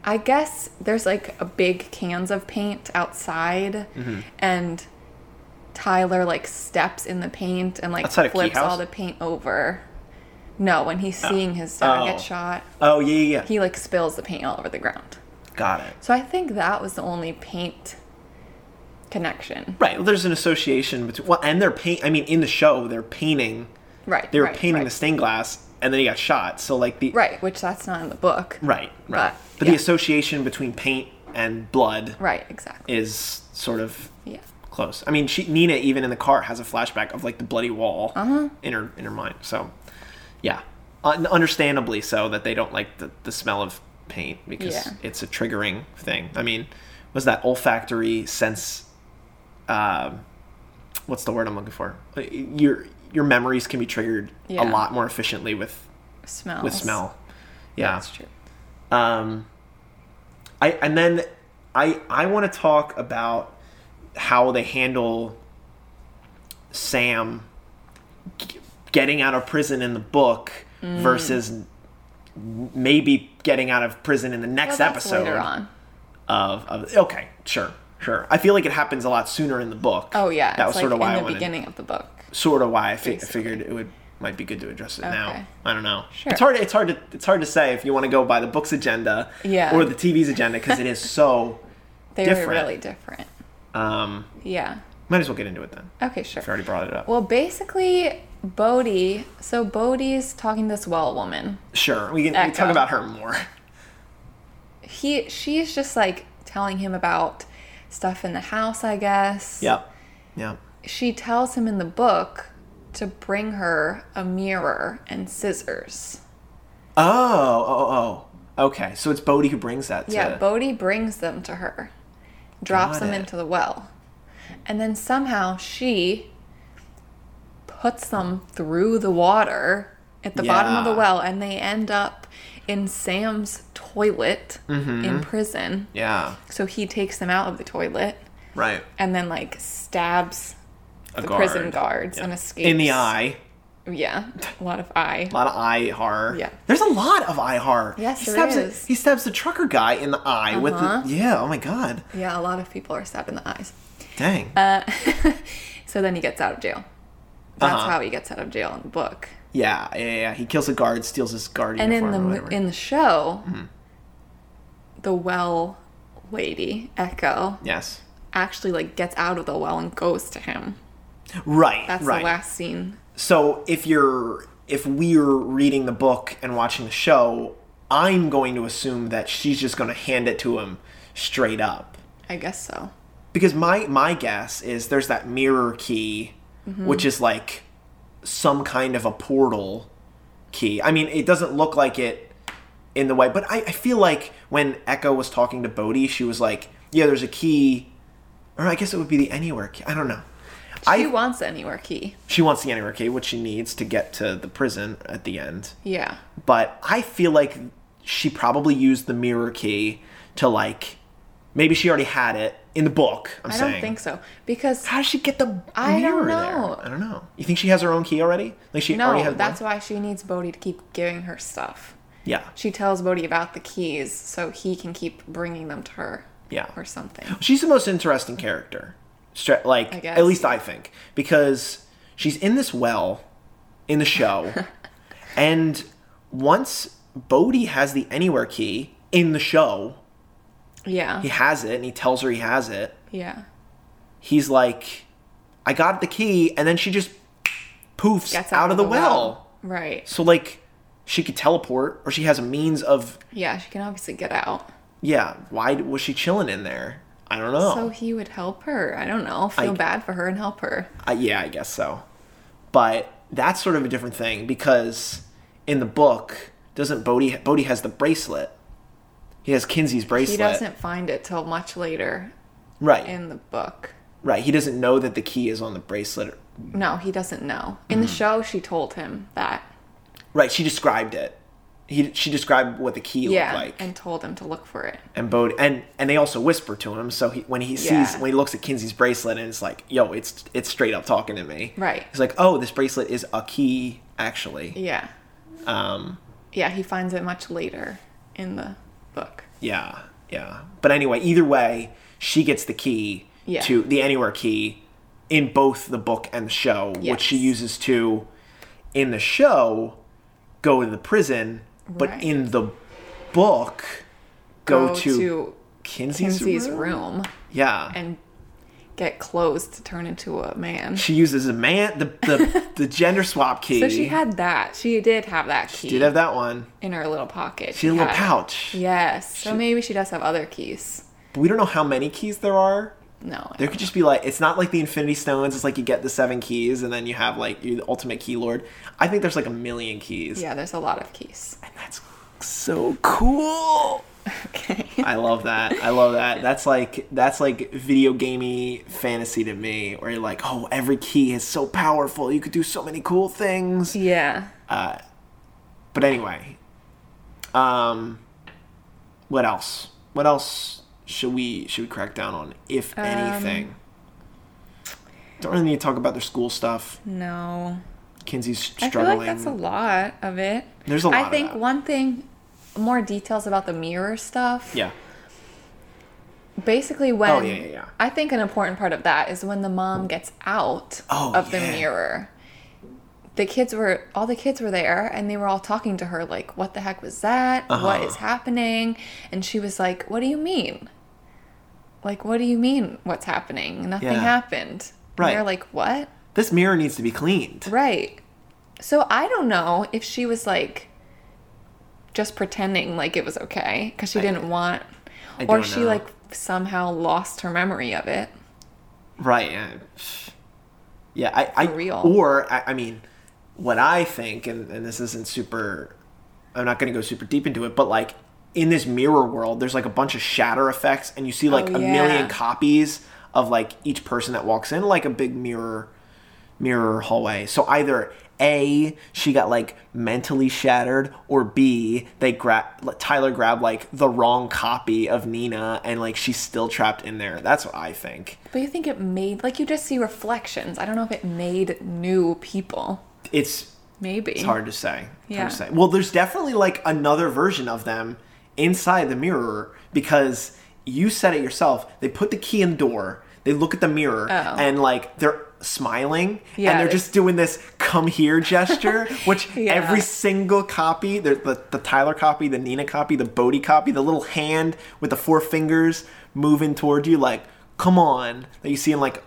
S2: I guess there's like a big cans of paint outside.
S1: Mm-hmm.
S2: And Tyler like steps in the paint and like
S1: Outside of Key
S2: flips all
S1: House?
S2: the paint over. No, when he's seeing his dad
S1: Oh.
S2: get shot,
S1: oh yeah, yeah, yeah.
S2: he like spills the paint all over the ground.
S1: Got it.
S2: So I think that was the only paint connection.
S1: Right. Well, there's an association between well, and they're paint. I mean, in the show, they're painting.
S2: Right.
S1: They were
S2: right,
S1: painting
S2: right.
S1: the stained glass, and then he got shot. So like the
S2: Right, which that's not in the book.
S1: right, right. But,
S2: But, yeah.
S1: the association between paint and blood
S2: Right, exactly.
S1: is sort of
S2: Yeah.
S1: close. I mean, she, Nina even in the car has a flashback of like the bloody wall
S2: Uh-huh.
S1: in her in her mind. So, yeah, Un- understandably so that they don't like the, the smell of paint because
S2: Yeah.
S1: it's a triggering thing. I mean, was that olfactory sense? Um, what's the word I'm looking for? Uh, Your your memories can be triggered
S2: Yeah.
S1: a lot more efficiently with
S2: Smells.
S1: with smell. Yeah,
S2: That's true.
S1: um, I and then I I want to talk about how they handle Sam g- getting out of prison in the book
S2: Mm.
S1: versus m- maybe getting out of prison in the
S2: Well,
S1: next
S2: that's
S1: episode
S2: later on.
S1: of of okay sure sure I feel like it happens a lot sooner in the book
S2: Oh yeah.
S1: that
S2: it's
S1: was
S2: like
S1: sort of why
S2: in
S1: I
S2: the
S1: wanted
S2: beginning of the book.
S1: sort of why I fi-
S2: Basically.
S1: figured it would might be good to address it
S2: Okay.
S1: now. I don't know.
S2: Sure.
S1: It's hard. It's hard to it's hard to say if you want to go by the book's agenda
S2: Yeah.
S1: or the TV's agenda
S2: (laughs)
S1: because it is so.
S2: They were
S1: Different.
S2: really different.
S1: Um,
S2: Yeah.
S1: might as well get into it then.
S2: Okay, sure.
S1: If I already brought it up.
S2: Well, basically, Bodhi. So Bodhi's talking to this well woman.
S1: sure. We can we
S2: Echo.
S1: talk about her
S2: (laughs)
S1: more.
S2: He, she's just like telling him about stuff in the house, I guess.
S1: Yeah. Yeah.
S2: She tells him in the book to bring her a mirror and scissors.
S1: Oh. Oh. Oh. Okay. So it's Bodhi who brings that. To,
S2: Yeah, Bodhi brings them to her, drops
S1: Got
S2: them
S1: it.
S2: into the well, and then somehow she puts them through the water at the bottom of the
S1: Yeah.
S2: well, and they end up in Sam's toilet in prison.
S1: Mm-hmm. yeah.
S2: So he takes them out of the toilet
S1: Right.
S2: and then like stabs
S1: A
S2: the prison guards and escapes
S1: in the eye.
S2: Yeah, a lot of
S1: (laughs)
S2: eye.
S1: A lot of eye horror.
S2: Yeah.
S1: There's a lot of eye horror.
S2: Yes,
S1: he
S2: there
S1: stabs
S2: is.
S1: A, he stabs the trucker guy in the eye with the.
S2: Uh-huh.
S1: Yeah. Oh my god.
S2: Yeah, a lot of people are stabbed in the eyes.
S1: Dang.
S2: Uh, (laughs) so then he gets out of jail. That's
S1: Uh-huh.
S2: how he gets out of jail in the book.
S1: yeah, yeah, yeah, yeah. He kills a guard, steals his guard
S2: And in
S1: uniform.
S2: the
S1: or
S2: mo-
S1: whatever. Mm-hmm.
S2: in the show, the well lady Echo
S1: yes.
S2: actually like gets out of the well and goes to him.
S1: Right.
S2: That's
S1: right.
S2: the last scene.
S1: So if you're if we're reading the book and watching the show, I'm going to assume that she's just going to hand it to him straight up.
S2: I guess so.
S1: Because my my guess is there's that mirror key
S2: Mm-hmm.
S1: which is like some kind of a portal key. I mean, it doesn't look like it in the way, but I, I feel like when Echo was talking to Bodhi, she was like, "Yeah, there's a key." Or I guess it would be the anywhere key. I don't know.
S2: She
S1: I
S2: wants the anywhere key.
S1: she wants the anywhere key, which she needs to get to the prison at the end.
S2: Yeah.
S1: But I feel like she probably used the mirror key to like maybe she already had it in the book. I'm
S2: I
S1: saying.
S2: don't think so. Because
S1: How does she get the
S2: I don't
S1: mirror
S2: know.
S1: there? I don't know. You think she has her own key already? Like she (gasps) already
S2: no,
S1: has
S2: that's
S1: one?
S2: why she needs Bodhi to keep giving her stuff.
S1: Yeah.
S2: She tells Bodhi about the keys so he can keep bringing them to her.
S1: Yeah.
S2: Or something.
S1: (gasps) She's the most interesting character. Stra- like
S2: guess.
S1: at least I think because she's in this well in the
S2: (laughs)
S1: show and once Bodhi has the anywhere key in the show,
S2: Yeah.
S1: he
S2: Yeah.
S1: has it and he tells her he has it. He's like I got the key and then she just poofs
S2: Gets
S1: out, of the, well.
S2: Right.
S1: So like she could teleport or she has a means of
S2: Yeah, she can obviously get out.
S1: yeah, why d- was she chilling in there? I don't know.
S2: So he would help her. I don't know. Feel
S1: I-
S2: bad for her and help her.
S1: I- yeah, I guess so. But that's sort of a different thing because in the book, doesn't Bodhi Bodhi has the bracelet. He has Kinsey's bracelet.
S2: He doesn't find it till much later
S1: right.
S2: in the book.
S1: right. He doesn't know that the key is on the bracelet.
S2: No, he doesn't know. In
S1: Hmm.
S2: the show, she told him that.
S1: Right, she described it. He, she described what the key
S2: Yeah,
S1: looked like, and,
S2: and told him to look for it.
S1: Bodhi, and and they also whisper to him. So he, when he sees,
S2: Yeah.
S1: when he looks at Kinsey's bracelet, and it's like, yo, it's it's straight up talking to me.
S2: Right.
S1: He's like, oh, this bracelet is a key, actually.
S2: Yeah,
S1: Um,
S2: yeah, he finds it much later in the book.
S1: yeah, yeah. But anyway, either way, she gets the key
S2: Yeah.
S1: to the anywhere key in both the book and the show, which she
S2: Yes.
S1: uses to in the show go to the prison, but
S2: Right.
S1: in the book go,
S2: go
S1: to,
S2: to
S1: Kinsey's,
S2: Kinsey's
S1: room?
S2: room
S1: Yeah.
S2: and get clothes to turn into a man.
S1: she uses a man the the,
S2: (laughs)
S1: the gender swap key.
S2: So she had that. She did have that key
S1: did have that one.
S2: in her little pocket.
S1: She had a little
S2: had-
S1: pouch.
S2: Yes. So maybe she does have other keys.
S1: But we don't know how many keys there are.
S2: No.
S1: There could just be like it's not like the Infinity Stones. It's like you get the seven keys and then you have like you're the ultimate key lord. I think there's like a million keys.
S2: Yeah, there's a lot of keys.
S1: (laughs) And that's so cool.
S2: Okay.
S1: I love that. I love that. That's like that's like video gamey fantasy to me, where you're like, oh, every key is so powerful. You could do so many cool things.
S2: Yeah.
S1: But anyway, um, what else? What else should we should we crack down on, if anything? Don't really need to talk about their school stuff.
S2: No.
S1: Kinsey's
S2: I feel like
S1: struggling.
S2: that's a lot of it.
S1: There's a lot
S2: I
S1: of
S2: think
S1: that.
S2: one thing, more details about the mirror stuff.
S1: yeah, Oh,
S2: Basically, when
S1: yeah, yeah, yeah.
S2: I think an important part of that is when the mom gets out
S1: Oh,
S2: of the
S1: yeah.
S2: mirror. The kids were all the kids were there, and they were all talking to her like, "What the heck was that?
S1: Uh-huh.
S2: What is happening?" And she was like, "What do you mean? Like, what do you mean? What's happening? Nothing
S1: Yeah.
S2: happened."
S1: Right.
S2: And they're like, "What?"
S1: this mirror needs to be cleaned.
S2: Right. So I don't know if she was like just pretending like it was okay because she didn't want,
S1: I
S2: or
S1: don't
S2: she
S1: know.
S2: like somehow lost her memory of it.
S1: Right. Yeah. Yeah. I. I
S2: For real.
S1: Or I, I mean, what I think, and, and this isn't super. I'm not going to go super deep into it, but like in this mirror world, there's like a bunch of shatter effects, and you see like
S2: Oh,
S1: a
S2: yeah.
S1: million copies of like each person that walks in, like a big mirror, mirror hallway. So either a she got like mentally shattered, or b they grab Tyler grabbed like the wrong copy of Nina, and like she's still trapped in there. That's what I think.
S2: But you think it made like you just see reflections. I don't know if it made new people.
S1: It's
S2: Maybe.
S1: It's hard to say. It's
S2: Yeah.
S1: Hard to say. Well, there's definitely like another version of them inside the mirror because you said it yourself. They put the key in the door. They look at the mirror and like they're smiling
S2: Oh. Yeah,
S1: and they're
S2: they-
S1: just doing this come here gesture
S2: (laughs)
S1: which
S2: Yeah.
S1: every single copy the, the the Tyler copy the Nina copy the Bodhi copy the little hand with the four fingers moving toward you like come on that you see in like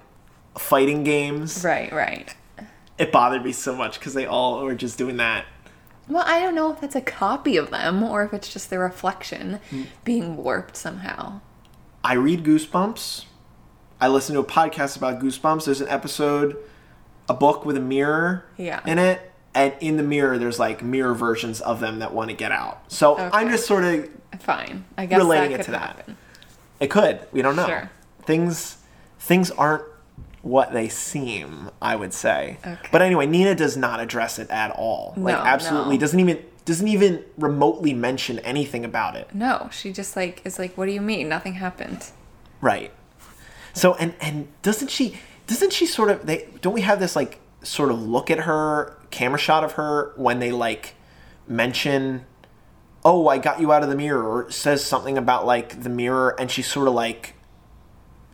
S1: fighting games
S2: Right, right.
S1: it bothered me so much cuz they all were just doing that
S2: Well, I don't know if that's a copy of them or if it's just their reflection
S1: Hmm.
S2: being warped somehow.
S1: I read Goosebumps. I listen to a podcast about Goosebumps. There's an episode, a book with a mirror
S2: Yeah.
S1: in it. And in the mirror, there's like mirror versions of them that want to get out. So I'm
S2: Okay.
S1: just sort of,
S2: Fine. I guess
S1: Relating
S2: that
S1: it
S2: could
S1: to that.
S2: happen.
S1: it could. We don't know.
S2: Sure.
S1: Things, things aren't what they seem. I would say.
S2: Okay.
S1: But anyway, Nina does not address it at all. like
S2: No,
S1: absolutely
S2: no.
S1: doesn't even doesn't even remotely mention anything about it.
S2: No, she just like is like, what do you mean? Nothing happened.
S1: Right. So and and doesn't she doesn't she sort of they don't we have this like sort of look at her camera shot of her when they like mention oh I got you out of the mirror or says something about like the mirror and she sort of like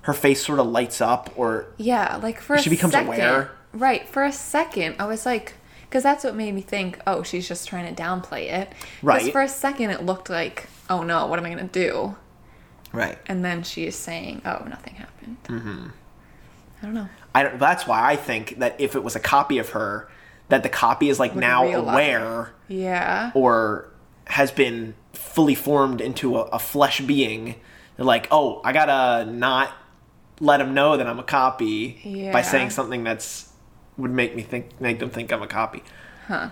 S1: her face sort of lights up or
S2: Yeah, like for a
S1: She becomes
S2: second,
S1: aware.
S2: Right, for a second, I was like, because that's what made me think, oh, she's just trying to downplay it. 'Cause
S1: Right.
S2: for a second, it looked like, oh no, what am I gonna do?
S1: right
S2: And then she is saying, oh, nothing happened. Mm-hmm. I don't know.
S1: I don't, that's why I think that if it was a copy of her that the copy is like now
S2: realize.
S1: aware
S2: Yeah.
S1: or has been fully formed into a, a flesh being, they're like, oh, I gotta not let them know that I'm a copy by
S2: Yeah.
S1: saying something that's would make me think make them think I'm a copy. Huh.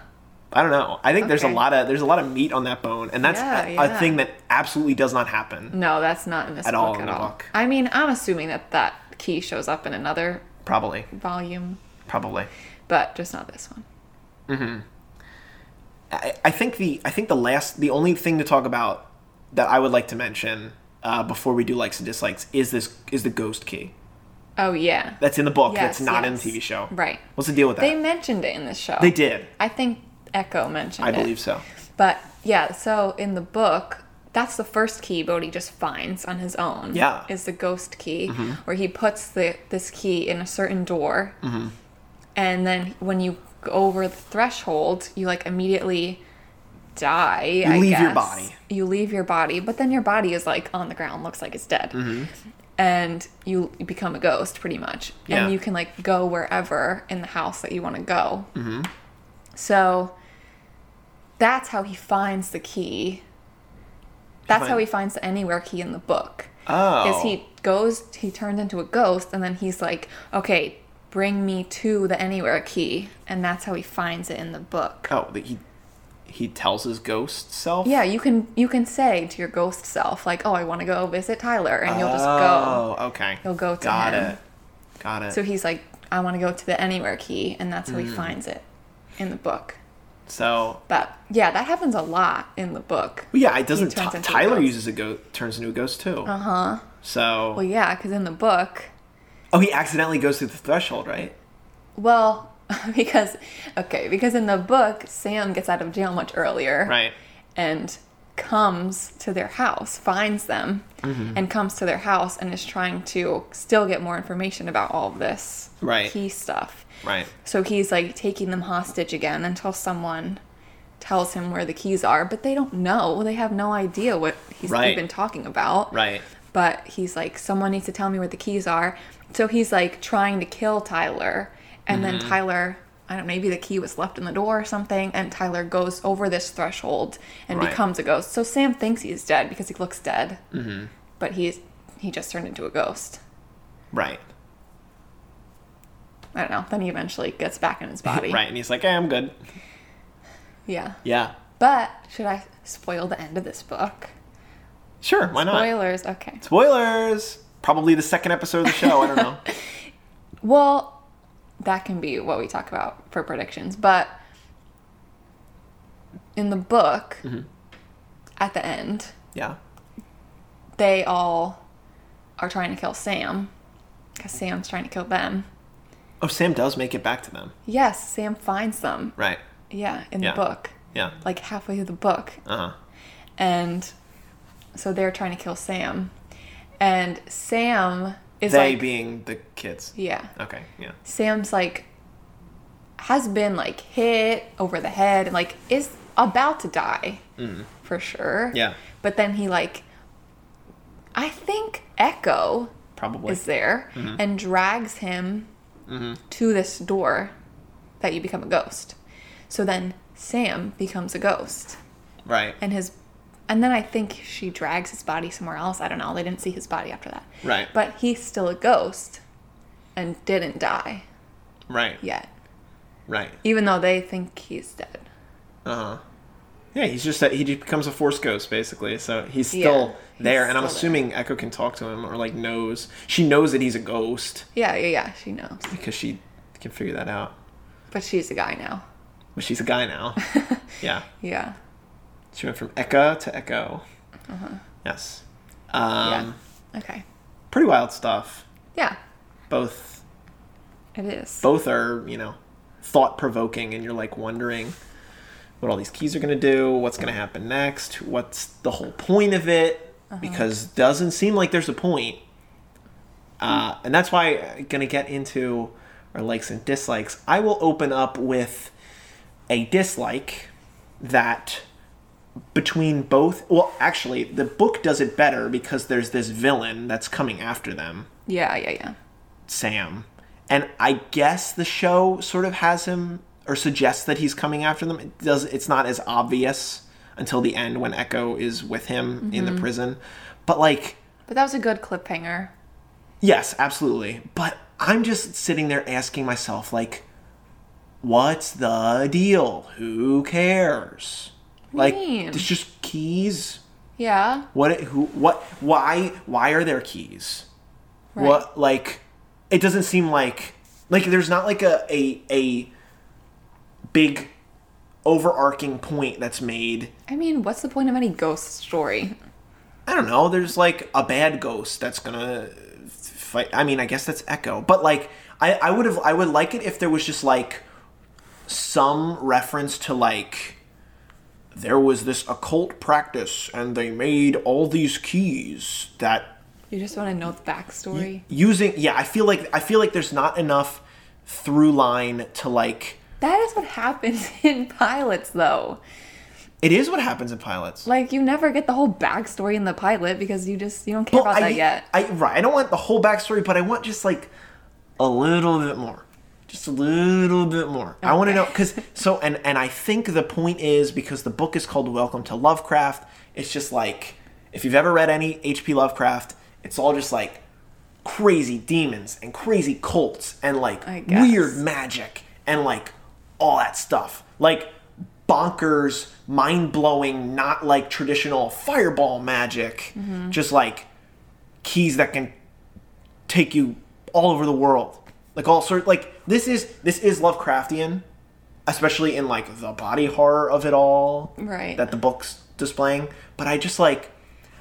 S1: I don't know. I think there's a
S2: Okay.
S1: lot of there's a lot of meat on that bone, and that's
S2: Yeah,
S1: a, a
S2: yeah.
S1: thing that absolutely does not happen.
S2: No, that's not in this
S1: At
S2: book
S1: all in
S2: at
S1: the
S2: all.
S1: book.
S2: I mean, I'm assuming that that key shows up in another
S1: Probably,
S2: volume,
S1: probably.
S2: but just not this one.
S1: I, I think the I think the last the only thing to talk about that I would like to mention uh, before we do likes and dislikes is this is the ghost key
S2: Oh yeah.
S1: that's in the book that's
S2: Yes,
S1: not in
S2: yes.
S1: the TV show.
S2: Right.
S1: What's the deal with that?
S2: They mentioned it in this show.
S1: They did.
S2: I think Echo mentioned
S1: I
S2: it.
S1: believe so.
S2: But yeah, so in the book, that's the first key Bodhi just finds on his own.
S1: Yeah. Mm-hmm.
S2: Is the ghost key, where he puts the this key in a certain door.
S1: Mm-hmm.
S2: And then when you go over the threshold, you like immediately die. You
S1: leave your body.
S2: You leave your body, but then your body is like on the ground, looks like it's dead,
S1: Mm-hmm.
S2: and you become a ghost pretty much,
S1: Yeah.
S2: and you can like go wherever in the house that you want to go.
S1: Mm-hmm.
S2: So that's how he finds the key. That's
S1: Find-
S2: how he finds the anywhere key in the book.
S1: Oh.
S2: Is he goes, he turns into a ghost, and then he's like, okay, bring me to the anywhere key. And that's how he finds it in the book.
S1: Oh, that he he tells his ghost self.
S2: Yeah, you can you can say to your ghost self like, "Oh, I want to go visit Tyler," and you'll just go.
S1: Oh, okay.
S2: You'll go to
S1: Got
S2: him.
S1: it. Got it.
S2: So he's like, "I want to go to the anywhere key," and that's how
S1: Hmm.
S2: he finds it in the book.
S1: so
S2: But yeah, that happens a lot in the book.
S1: Well, yeah, it doesn't.
S2: turns
S1: Ty-
S2: into a
S1: Tyler
S2: ghost. Uh-huh.
S1: uses a ghost, turns into a ghost too. Uh huh. So,
S2: Well, yeah, because in the book,
S1: oh, he accidentally goes through the threshold, right?
S2: well, (laughs) because okay, because in the book, Sam gets out of jail much earlier,
S1: Right.
S2: and comes to their house, finds them,
S1: Mm-hmm.
S2: and comes to their house and is trying to still get more information about all of this
S1: Right.
S2: key stuff.
S1: Right.
S2: So he's like taking them hostage again until someone tells him where the keys are, but they don't know. They have no idea what he's
S1: Right.
S2: even talking about.
S1: Right.
S2: But he's like, someone needs to tell me where the keys are. So he's like trying to kill Tyler. And then
S1: Mm-hmm.
S2: Tyler, I don't know, maybe the key was left in the door or something. And Tyler goes over this threshold and
S1: Right.
S2: becomes a ghost. So Sam thinks he's dead because he looks dead. Mm-hmm. But he's, he just turned into a ghost.
S1: Right.
S2: I don't know. Then he eventually gets
S1: (laughs)
S2: back in his body.
S1: Right. And he's like, hey, I'm good.
S2: Yeah.
S1: Yeah.
S2: But should I spoil the end of this book?
S1: Sure. Why not?
S2: Spoilers, okay.
S1: Spoilers. Probably the second episode of the show. I don't
S2: (laughs)
S1: know.
S2: Well, that can be what we talk about for predictions, but in the book,
S1: Mm-hmm.
S2: at the end,
S1: yeah.
S2: they all are trying to kill Sam because Sam's trying to kill them.
S1: Oh, Sam does make it back to them.
S2: Yes, Sam finds them.
S1: Right.
S2: Yeah, in
S1: Yeah.
S2: the book,
S1: Yeah.
S2: like halfway through the book,
S1: Uh huh.
S2: and so they're trying to kill Sam, and Sam is
S1: They
S2: like,
S1: being the kids.
S2: yeah.
S1: Okay. Yeah.
S2: Sam's like has been like hit over the head and like is about to die for sure.
S1: Mm. Yeah.
S2: But then he like I think Echo
S1: Probably.
S2: is there
S1: Mm-hmm.
S2: and drags him to this door that you become a ghost. So then Sam becomes a ghost
S1: right.
S2: and his and then I think she drags his body somewhere else. I don't know. They didn't see his body after that.
S1: Right.
S2: But he's still a ghost and didn't die
S1: right.
S2: yet
S1: Right.
S2: even though they think he's dead.
S1: Uh huh. Yeah, he's just a, he just becomes a force ghost basically. So he's still
S2: Yeah, he's
S1: there, and I'm
S2: still there.
S1: assuming Echo can talk to him or like knows she knows that he's a ghost
S2: Yeah, yeah, yeah. She knows,
S1: because she can figure that out.
S2: but she's a guy now. (laughs)
S1: But she's a guy (laughs) now. yeah,
S2: Yeah,
S1: she went from Echo to Echo. Uh-huh. Yes, um,
S2: yeah. Okay.
S1: pretty wild stuff.
S2: Yeah,
S1: Both
S2: it is.
S1: both are you know thought provoking, and you're like wondering what all these keys are gonna do, what's gonna happen next, what's the whole point of it, because doesn't seem like there's a point. Uh, and that's why I'm gonna get into our likes and dislikes. I will open up with a dislike that between both well actually the book does it better because there's this villain that's coming after them
S2: Yeah, yeah, yeah.
S1: Sam. And I guess the show sort of has him or suggests that he's coming after them. It does it's not as obvious until the end when Echo is with him in the prison. But like
S2: But that was a good cliffhanger.
S1: yes, absolutely. But I'm just sitting there asking myself like what's the deal? Who cares? Like
S2: mean?
S1: it's just keys.
S2: Yeah.
S1: What who what why why are there keys?
S2: Right.
S1: What like it doesn't seem like like there's not like a a a big overarching point that's made.
S2: I mean, what's the point of any ghost story?
S1: I don't know, there's like a bad ghost that's going to fight I mean, I guess that's Echo, but like I I would have I would like it if there was just like some reference to like there was this occult practice and they made all these keys that
S2: You just want to know the backstory.
S1: using yeah i feel like i feel like there's not enough through line to like
S2: (laughs) That is what happens in pilots, though.
S1: It is what happens in pilots.
S2: Like you never get the whole backstory in the pilot because you just you don't care
S1: Well,
S2: about
S1: I,
S2: that yet.
S1: I right. I don't want the whole backstory, but I want just like a little bit more. Just a little bit more. I want to
S2: Okay.
S1: know because so and and I think the point is because the book is called Welcome to Lovecraft. It's just like if you've ever read any H.P. Lovecraft, it's all just like crazy demons and crazy cults and like
S2: I guess.
S1: weird magic and like all that stuff. Like bonkers, mind blowing, not like traditional fireball magic,
S2: Mm-hmm.
S1: just like keys that can take you all over the world. Like all sort like this is this is Lovecraftian, especially in like the body horror of it all
S2: Right.
S1: that the book's displaying. But I just like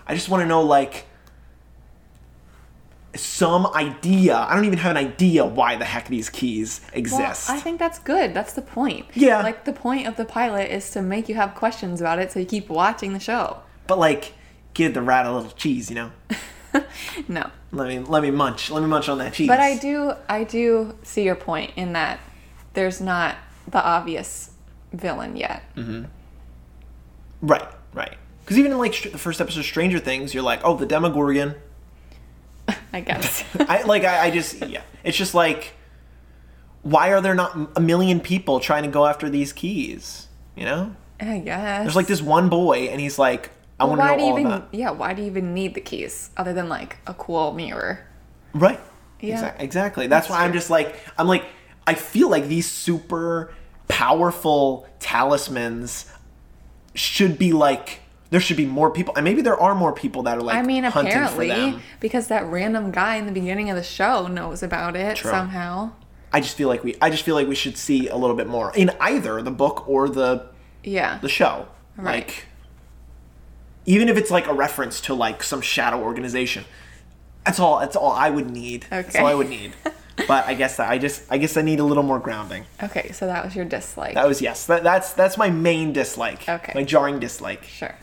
S1: I just want to know like some idea. I don't even have an idea why the heck these keys exist.
S2: Well, I think that's good. That's the point.
S1: Yeah.
S2: Like the point of the pilot is to make you have questions about it so you keep watching the show.
S1: but like give the rat a little cheese, you know?
S2: No.
S1: Let me let me munch. Let me munch on that cheese.
S2: But I do I do see your point in that there's not the obvious villain yet.
S1: Mm. Right, right. Because even in like str- the first episode of Stranger Things, you're like, oh, the
S2: (laughs)
S1: Demogorgon.
S2: (laughs)
S1: (laughs)
S2: I guess.
S1: I like, I, I just, yeah. It's just like, why are there not m- a million people trying to go after these keys? You know,
S2: I (laughs) guess.
S1: there's like this one boy, and he's like, I want to
S2: why
S1: know
S2: do you
S1: all
S2: even
S1: about.
S2: yeah, why do you even need the keys other than like a cool mirror?
S1: Right.
S2: Yeah.
S1: Exac- exactly. That's, why I'm
S2: true.
S1: just like I'm like I feel like these super powerful talismans should be like there should be more people, and maybe there are more people that are like
S2: I mean
S1: hunting for
S2: apparently
S1: them.
S2: because that random guy in the beginning of the show knows about it
S1: True.
S2: somehow.
S1: I just feel like we I just feel like we should see a little bit more in either the book or the
S2: Yeah.
S1: the show.
S2: Right.
S1: Like even if it's like a reference to like some shadow organization. That's all that's all I would need. That's
S2: Okay.
S1: all I would need. but I guess I just I guess I need a little more grounding.
S2: okay, so that was your dislike.
S1: That was yes. That, that's that's my main dislike.
S2: Okay.
S1: My jarring dislike.
S2: Sure.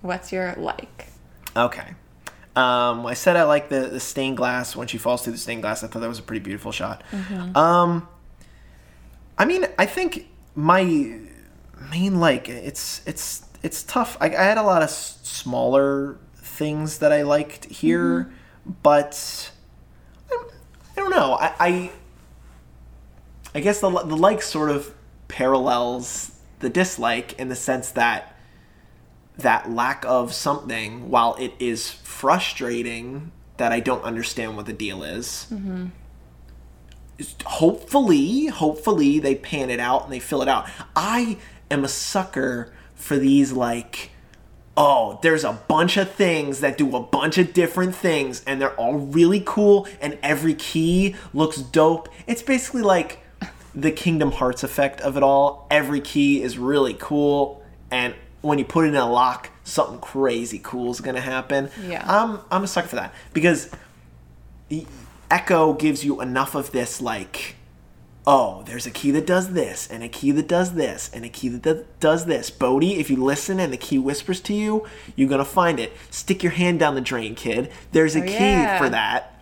S2: What's your like?
S1: Okay. Um, I said I like the, the stained glass when she falls through the stained glass. I thought that was a pretty beautiful shot. Um, I mean, I think my main like it's it's it's tough. I, I had a lot of s- smaller things that I liked here, but I, I don't know. I, I I guess the li- the like sort of parallels the dislike in the sense that that lack of something while it is frustrating that I don't understand what the deal is. is- Hopefully, hopefully they pan it out and they fill it out. I am a sucker for these like oh, there's a bunch of things that do a bunch of different things and they're all really cool and every key looks dope. It's basically like the Kingdom Hearts effect of it all. Every key is really cool and when you put it in a lock, something crazy cool is going to happen.
S2: Yeah.
S1: I'm I'm a sucker for that because e- Echo gives you enough of this like oh, there's a key that does this, and a key that does this, and a key that do- does this. Bodhi, if you listen and the key whispers to you, you're gonna find it. Stick your hand down the drain, kid. There's a key
S2: Oh, yeah.
S1: for that.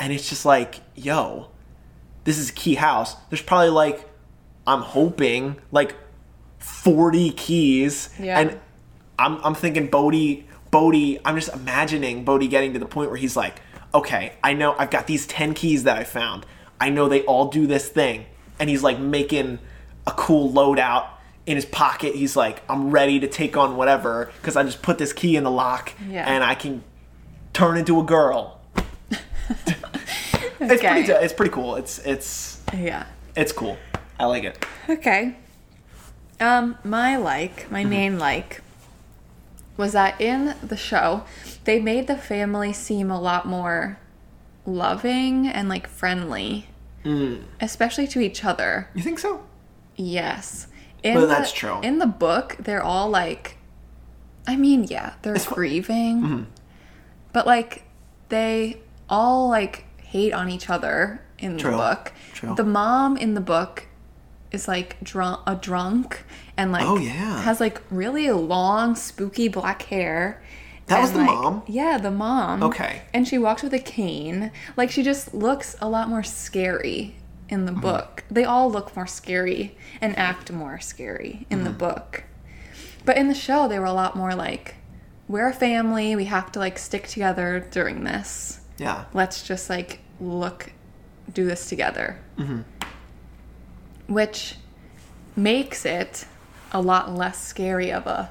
S1: And it's just like, yo, this is a key house. There's probably like, I'm hoping, like 40 keys.
S2: Yeah.
S1: And I'm, I'm thinking Bodhi, Bodhi, I'm just imagining Bodhi getting to the point where he's like, okay, I know I've got these 10 keys that I found. I know they all do this thing. And he's like making a cool loadout in his pocket. He's like, I'm ready to take on whatever because I just put this key in the lock
S2: Yeah.
S1: and I can turn into a
S2: (laughs)
S1: girl. It's
S2: Okay.
S1: pretty. It's pretty cool. It's it's
S2: Yeah.
S1: it's cool. I like it.
S2: Okay. Um, my like, my main like, was that in the show, they made the family seem a lot more loving and like friendly, especially to each other.
S1: You think so?
S2: Yes. In
S1: Well,
S2: the-
S1: that's true.
S2: In the book, they're all like, I mean, yeah, they're grieving,
S1: mm-hmm.
S2: but like they all like hate on each other in
S1: True.
S2: the book.
S1: True.
S2: The mom in the book is like drunk, a drunk, and like
S1: Oh, yeah.
S2: has like really long, spooky black hair.
S1: That was
S2: and,
S1: the
S2: like-
S1: mom?
S2: Yeah, the mom.
S1: Okay.
S2: And she walks with a cane. Like she just looks a lot more scary in the book. They all look more scary and act more scary in the book. But in the show, they were a lot more like, we're a family. We have to like stick together during this.
S1: Yeah.
S2: Let's just like look, do this together. Which makes it a lot less scary of a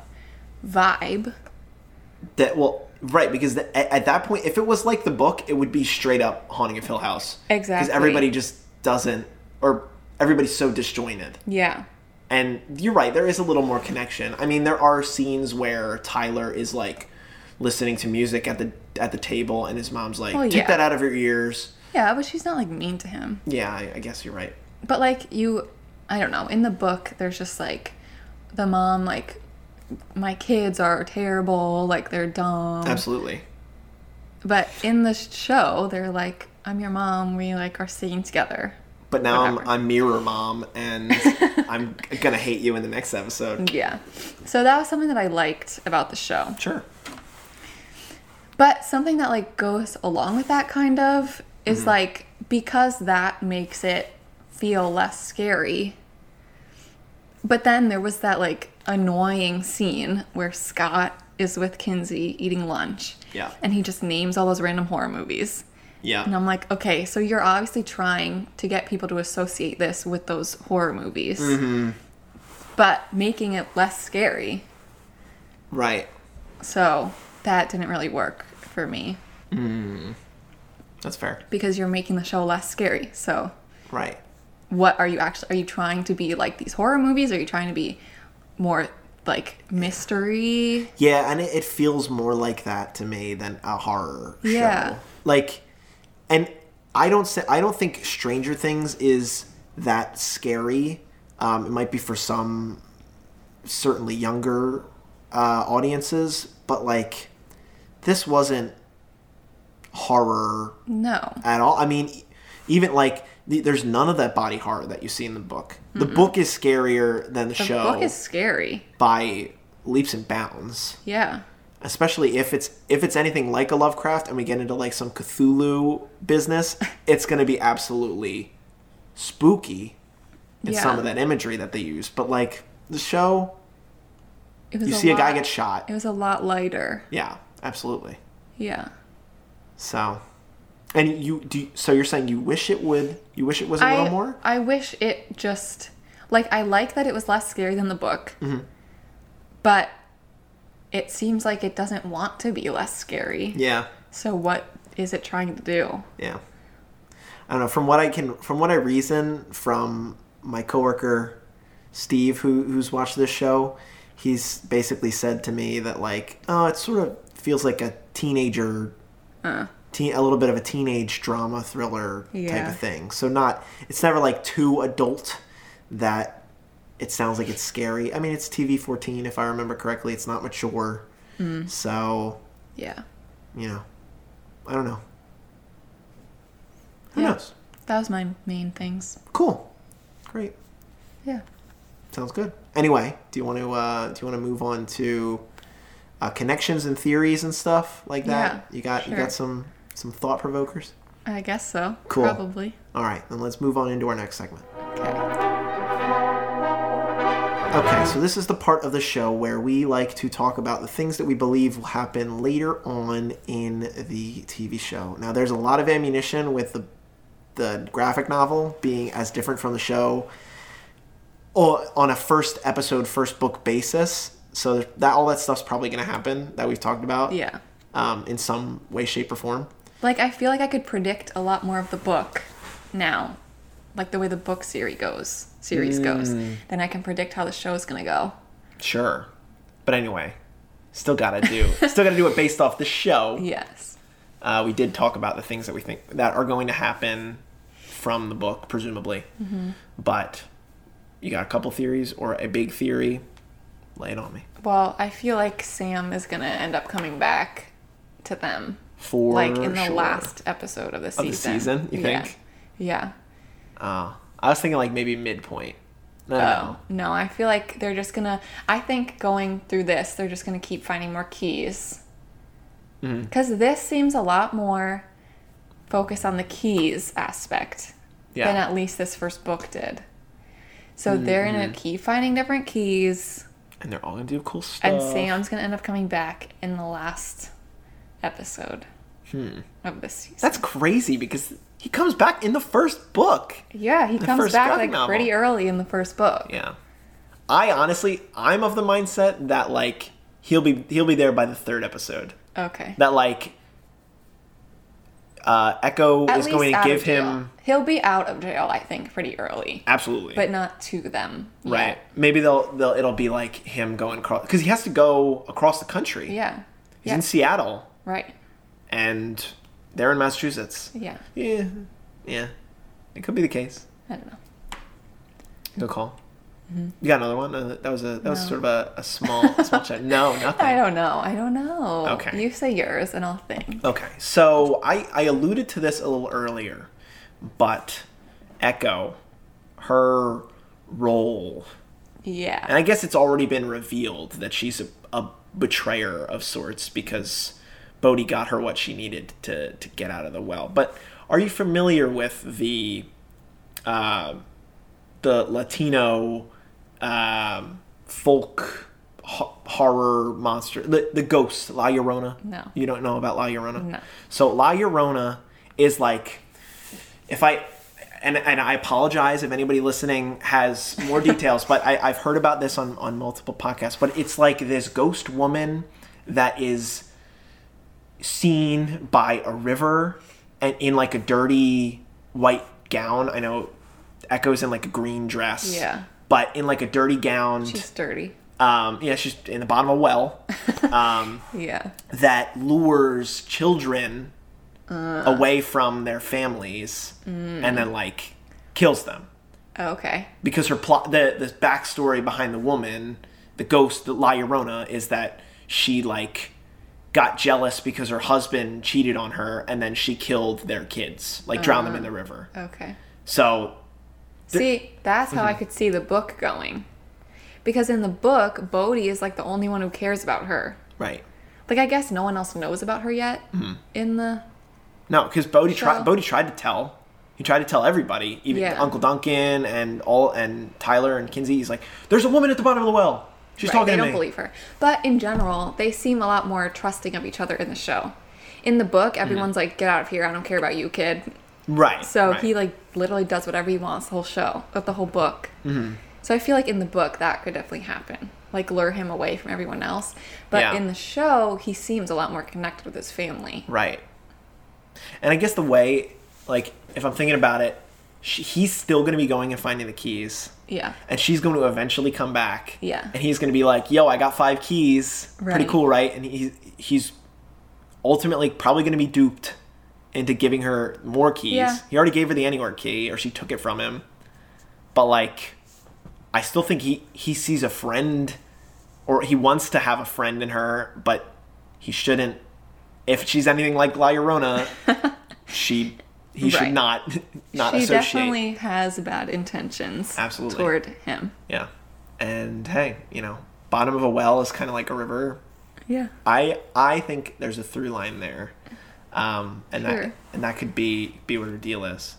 S2: vibe.
S1: That well, right? Because the, at, at that point, if it was like the book, it would be straight up haunting of Hill House.
S2: Exactly.
S1: Because everybody just doesn't, or everybody's so disjointed.
S2: Yeah.
S1: And you're right, there is a little more connection. I mean, there are scenes where Tyler is like listening to music at the at the table, and his mom's like,
S2: Oh,
S1: "Take
S2: yeah.
S1: that out of your ears."
S2: Yeah, but she's not like mean to him.
S1: Yeah, I, I guess you're right.
S2: But like you, I don't know. In the book, there's just like the mom, like my kids are terrible, like they're dumb.
S1: Absolutely.
S2: But in the show, they're like, I'm your mom. We like are singing together.
S1: But now I'm
S2: Whatever.
S1: I'm mirror mom,
S2: (laughs)
S1: and I'm gonna hate you in the next episode.
S2: Yeah. So that was something that I liked about the show.
S1: Sure.
S2: But something that like goes along with that kind of is like because that makes it feel less scary. But then there was that like annoying scene where Scott is with Kinsey eating lunch.
S1: Yeah.
S2: And he just names all those random horror movies.
S1: Yeah.
S2: And I'm like, okay, so you're obviously trying to get people to associate this with those horror movies, but making it less scary.
S1: Right.
S2: So that didn't really work for me
S1: That's fair.
S2: because you're making the show less scary. So
S1: Right.
S2: what are you actually? Are you trying to be like these horror movies? Are you trying to be more like mystery?
S1: Yeah, and it, it feels more like that to me than a horror show.
S2: Yeah.
S1: Like, and I don't say I don't think Stranger Things is that scary. Um, it might be for some, certainly younger uh, audiences, but like, this wasn't horror
S2: No.
S1: at all. I mean, e, even like the, there's none of that body horror that you see in the book. The book is scarier than the,
S2: The
S1: show
S2: book is scary.
S1: by leaps and bounds
S2: Yeah.
S1: especially if it's if it's anything like a Lovecraft and we get into like some Cthulhu
S2: (laughs)
S1: business, it's going to be absolutely spooky in
S2: Yeah.
S1: some of that imagery that they use. But like the show,
S2: It was
S1: you see a guy
S2: lot-
S1: get shot.
S2: It was a lot lighter.
S1: Yeah, absolutely.
S2: Yeah.
S1: So, and you do you- so you're saying you wish it would you wish it was a
S2: I,
S1: little more?
S2: I wish it just like I like that it was less scary than the book,
S1: Mm-hmm.
S2: but it seems like it doesn't want to be less scary.
S1: Yeah.
S2: So what is it trying to do?
S1: Yeah. I don't know. From what I can, from what I reason from my coworker Steve, who who's watched this show, he's basically said to me that like, oh, it sort of feels like a teenager, teen, a little bit of a teenage drama thriller type
S2: Yeah.
S1: of thing. So not, it's never like too adult that it sounds like it's scary. I mean, it's TV fourteen if I remember correctly. It's not mature, so
S2: Yeah.
S1: you know, I don't know. Who
S2: Yeah.
S1: knows?
S2: That was my main things.
S1: Cool. Great.
S2: Yeah.
S1: Sounds good. Anyway, do you want to uh, do you want to move on to uh, connections and theories and stuff like that?
S2: Yeah,
S1: you got you
S2: sure.
S1: got some some thought provokers.
S2: I guess so.
S1: Cool.
S2: Probably.
S1: All right, then let's move on into our next segment.
S2: Okay.
S1: Okay, so this is the part of the show where we like to talk about the things that we believe will happen later on in the TV show. Now, there's a lot of ammunition with the the graphic novel being as different from the show o- on a first episode, first book basis. So that all that stuff's probably going to happen that we've talked about,
S2: Yeah.
S1: um, in some way, shape, or form.
S2: Like I feel like I could predict a lot more of the book now. Like the way the book series goes
S1: Hmm.
S2: series goes. Then I can predict how the show is gonna go.
S1: Sure, but anyway, still gotta do, still gotta do it based off the show.
S2: Yes.
S1: Uh, we did talk about the things that we think that are going to happen from the book, presumably.
S2: Mm-hmm.
S1: But you got a couple theories or a big theory. Lay it on me
S2: Well, I feel like Sam is gonna end up coming back to them,
S1: for
S2: like in the
S1: sure.
S2: last episode of the season.
S1: the season, you
S2: yeah.
S1: think?
S2: Yeah.
S1: Uh, I was thinking like maybe midpoint. No, no, no.
S2: Oh no, I feel like they're just gonna. I think going through this, they're just gonna keep finding more keys.
S1: Mm.
S2: Because this seems a lot more focused on the keys aspect
S1: Yeah. Mm-hmm.
S2: than at least this first book did. So they're gonna keep finding different keys.
S1: and they're all gonna do cool stuff.
S2: And Sam's gonna end up coming back in the last episode
S1: Hmm.
S2: of this season.
S1: That's crazy because he comes back in the first book.
S2: yeah, he comes
S1: first
S2: back
S1: graphic
S2: like
S1: novel.
S2: pretty early in the first book.
S1: Yeah. I honestly, I'm of the mindset that like he'll be he'll be there by the third episode.
S2: Okay.
S1: That like uh Echo
S2: At
S1: is
S2: least
S1: going to
S2: out
S1: give
S2: of jail.
S1: him
S2: He'll be out of jail, I think, pretty early,
S1: absolutely.
S2: but not to them. yet.
S1: right. Maybe they'll they'll it'll be like him going across cuz he has to go across the country.
S2: Yeah.
S1: He's
S2: Yeah.
S1: in Seattle
S2: Right.
S1: and they're in Massachusetts.
S2: Yeah.
S1: Yeah. Yeah. It could be the case.
S2: I don't know.
S1: No call.
S2: Mm-hmm.
S1: You got another one? Uh, That was a that was sort of a, a small a small chat. No, nothing.
S2: (laughs) I don't know. I don't know.
S1: Okay.
S2: You say yours and I'll think.
S1: Okay, so I, I alluded to this a little earlier, but Echo, her role, and
S2: Yeah.
S1: I guess it's already been revealed that she's a, a betrayer of sorts because Bodhi got her what she needed to, to get out of the well. But are you familiar with the uh, the Latino um, folk ho- horror monster, the, the ghost, La Llorona?
S2: No.
S1: You don't know about La Llorona?
S2: No.
S1: So La Llorona is like, if I, and, and I apologize if anybody listening has more details, but I, I've heard about this on, on multiple podcasts, but it's like this ghost woman that is seen by a river and in like a dirty white gown. I know Echo's in like a green dress.
S2: Yeah.
S1: But in like a dirty gown.
S2: She's dirty.
S1: um, yeah, she's in the bottom of a well
S2: Yeah.
S1: that lures children away from their families and then like kills them
S2: Okay.
S1: because her plot the the backstory behind the woman the ghost the La Llorona is that she like got jealous because her husband cheated on her and then she killed their kids like drowned them in the river
S2: Okay.
S1: so
S2: See, that's how I
S1: Mm-hmm.
S2: could see the book going. Because in the book, Bodhi is like the only one who cares about her.
S1: right
S2: Like, I guess no one else knows about her yet
S1: Mm-hmm.
S2: in the.
S1: no because Bodhi
S2: So-
S1: tried Bodhi tried to tell he tried to tell everybody even
S2: Yeah.
S1: Uncle Duncan and all and Tyler and Kinsey he's like there's a woman at the bottom of the well she's
S2: Right,
S1: talking
S2: they
S1: to
S2: don't
S1: me
S2: believe her. But in general, they seem a lot more trusting of each other in the show. In the
S1: Mm-hmm.
S2: book, everyone's like, get out of here. I don't care about you, kid.
S1: right
S2: So
S1: right.
S2: he like literally does whatever he wants the whole show, but the whole book.
S1: Mm-hmm.
S2: So I feel like in the book that could definitely happen, like lure him away from everyone else. But
S1: Yeah.
S2: in the show, he seems a lot more connected with his family.
S1: Right. And I guess the way, like, if I'm thinking about it, sh he's still going to be going and finding the keys.
S2: Yeah.
S1: And she's going to eventually come back.
S2: Yeah.
S1: And he's going to be like, yo, I got five keys. Pretty
S2: Right.
S1: cool, right? And he, he's ultimately probably going to be duped into giving her more keys.
S2: Yeah.
S1: He already gave her the Anywhere key, or she took it from him. But, like, I still think he, he sees a friend, or he wants to have a friend in her, but he shouldn't. If she's anything like La
S2: (laughs)
S1: Llorona, she he should
S2: Right.
S1: not (laughs) not
S2: she
S1: associate.
S2: definitely has bad intentions
S1: Absolutely.
S2: toward him.
S1: Yeah. And hey, you know, bottom of a well is kind of like a river.
S2: Yeah.
S1: I I think there's a through line there, um, and that
S2: Sure.
S1: and that could be be what her deal is.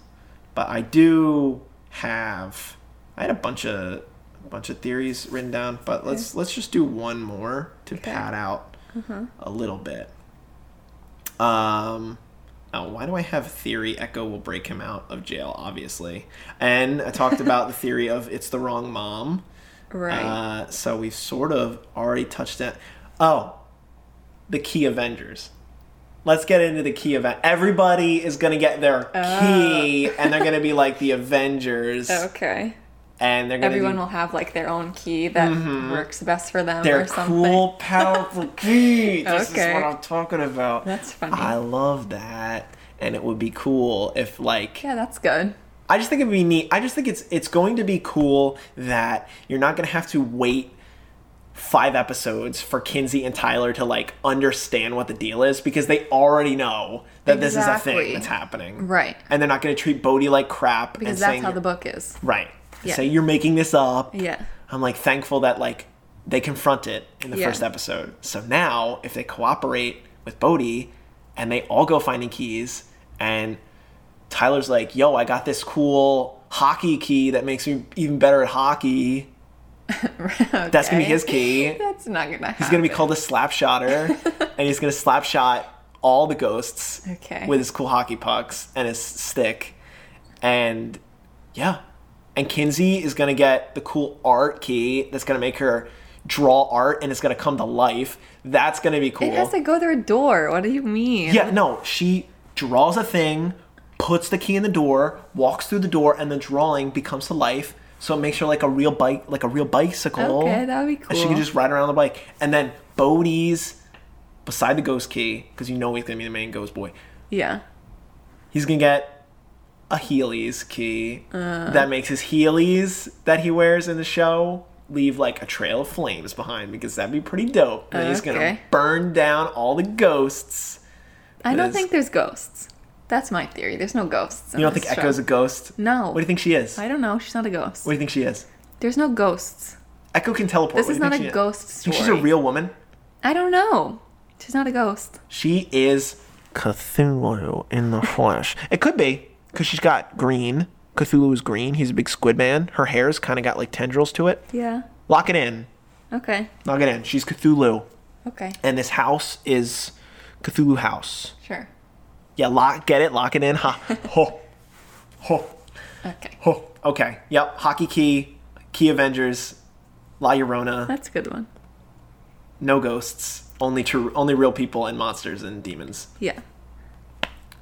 S1: But I do have I had a bunch of a bunch of theories written down, but let's let's just do one more to pad out a little bit. Um. Oh, why do I have a theory? Echo will break him out of jail, obviously. And I talked about the theory of it's the wrong mom.
S2: Right.
S1: Uh, so we've sort of already touched that. Oh, the key Avengers. Let's get into the key event. Everybody is gonna get their
S2: Oh.
S1: key, and they're gonna be like the Avengers,
S2: okay.
S1: and they're gonna
S2: Oh. Everyone
S1: do
S2: will have like their own key that works best for them
S1: their
S2: or something.
S1: Mm-hmm. cool,
S2: (laughs)
S1: powerful key. This
S2: Okay.
S1: is what I'm talking about.
S2: That's funny.
S1: I love that, and it would be cool if like
S2: yeah, that's good.
S1: I just think it'd be neat. I just think it's it's going to be cool that you're not gonna have to wait five episodes for Kinsey and Tyler to like understand what the deal is because they already know that this is a thing
S2: Exactly.
S1: that's happening.
S2: Right.
S1: And they're not gonna treat Bodhi like crap and
S2: Because that's
S1: saying
S2: how the book is.
S1: Right.
S2: Yeah.
S1: Say you're making this up.
S2: Yeah.
S1: I'm like thankful that like they confront it in the
S2: Yeah.
S1: first episode. So now if they cooperate with Bodhi and they all go finding keys and Tyler's like, "Yo, I got this cool hockey key that makes me even better at hockey." (laughs) That's gonna be
S2: Okay.
S1: his key.
S2: (laughs) That's not gonna happen.
S1: He's gonna be called a slap
S2: (laughs)
S1: shotter, and he's gonna slap shot all the ghosts
S2: Okay.
S1: with his cool hockey pucks and his stick, and yeah, and Kinsey is gonna get the cool art key that's gonna make her draw art and it's gonna come to life. That's gonna be cool.
S2: It has to go through a door. What do you mean?
S1: yeah, no, she draws a thing, puts the key in the door, walks through the door, and the drawing becomes to life. So it makes her like a real bike, like a real bicycle.
S2: Okay, that would be
S1: And she
S2: cool.
S1: can just ride around on the bike. And then Bodie's beside the ghost key, because you know he's gonna be the main ghost boy.
S2: Yeah.
S1: He's gonna get a Heelys key
S2: Uh.
S1: that makes his Heelys that he wears in the show leave like a trail of flames behind because that'd be pretty dope. And he's gonna
S2: Okay.
S1: burn down all the ghosts.
S2: I
S1: It
S2: don't
S1: is-
S2: think there's ghosts. That's my theory. There's no ghosts. in
S1: You don't
S2: this
S1: think Echo's
S2: show.
S1: a ghost?
S2: No.
S1: What do you think she is?
S2: I don't know. She's not a ghost.
S1: What do you think she is?
S2: There's no ghosts.
S1: Echo can teleport.
S2: This
S1: What
S2: is
S1: do you
S2: not
S1: think
S2: a
S1: she
S2: ghost
S1: Think
S2: story.
S1: she's a real woman.
S2: I don't know. She's not a ghost.
S1: She is Cthulhu in
S2: (laughs)
S1: the flesh. It could be because she's got green. Cthulhu is green. He's a big squid man. Her hair's kind of got like tendrils to it.
S2: Yeah.
S1: Lock it in.
S2: Okay.
S1: Lock it in. She's Cthulhu,
S2: Okay.
S1: and this house is Cthulhu House.
S2: Sure.
S1: Yeah, lock. Get it. Lock it in.
S2: (laughs)
S1: Ha. Ho. Ho.
S2: Okay.
S1: Ho. Okay. Yep. Hockey key. Key Avengers. La Llorona.
S2: That's a good one.
S1: No ghosts. Only true. Only real people and monsters and demons.
S2: Yeah.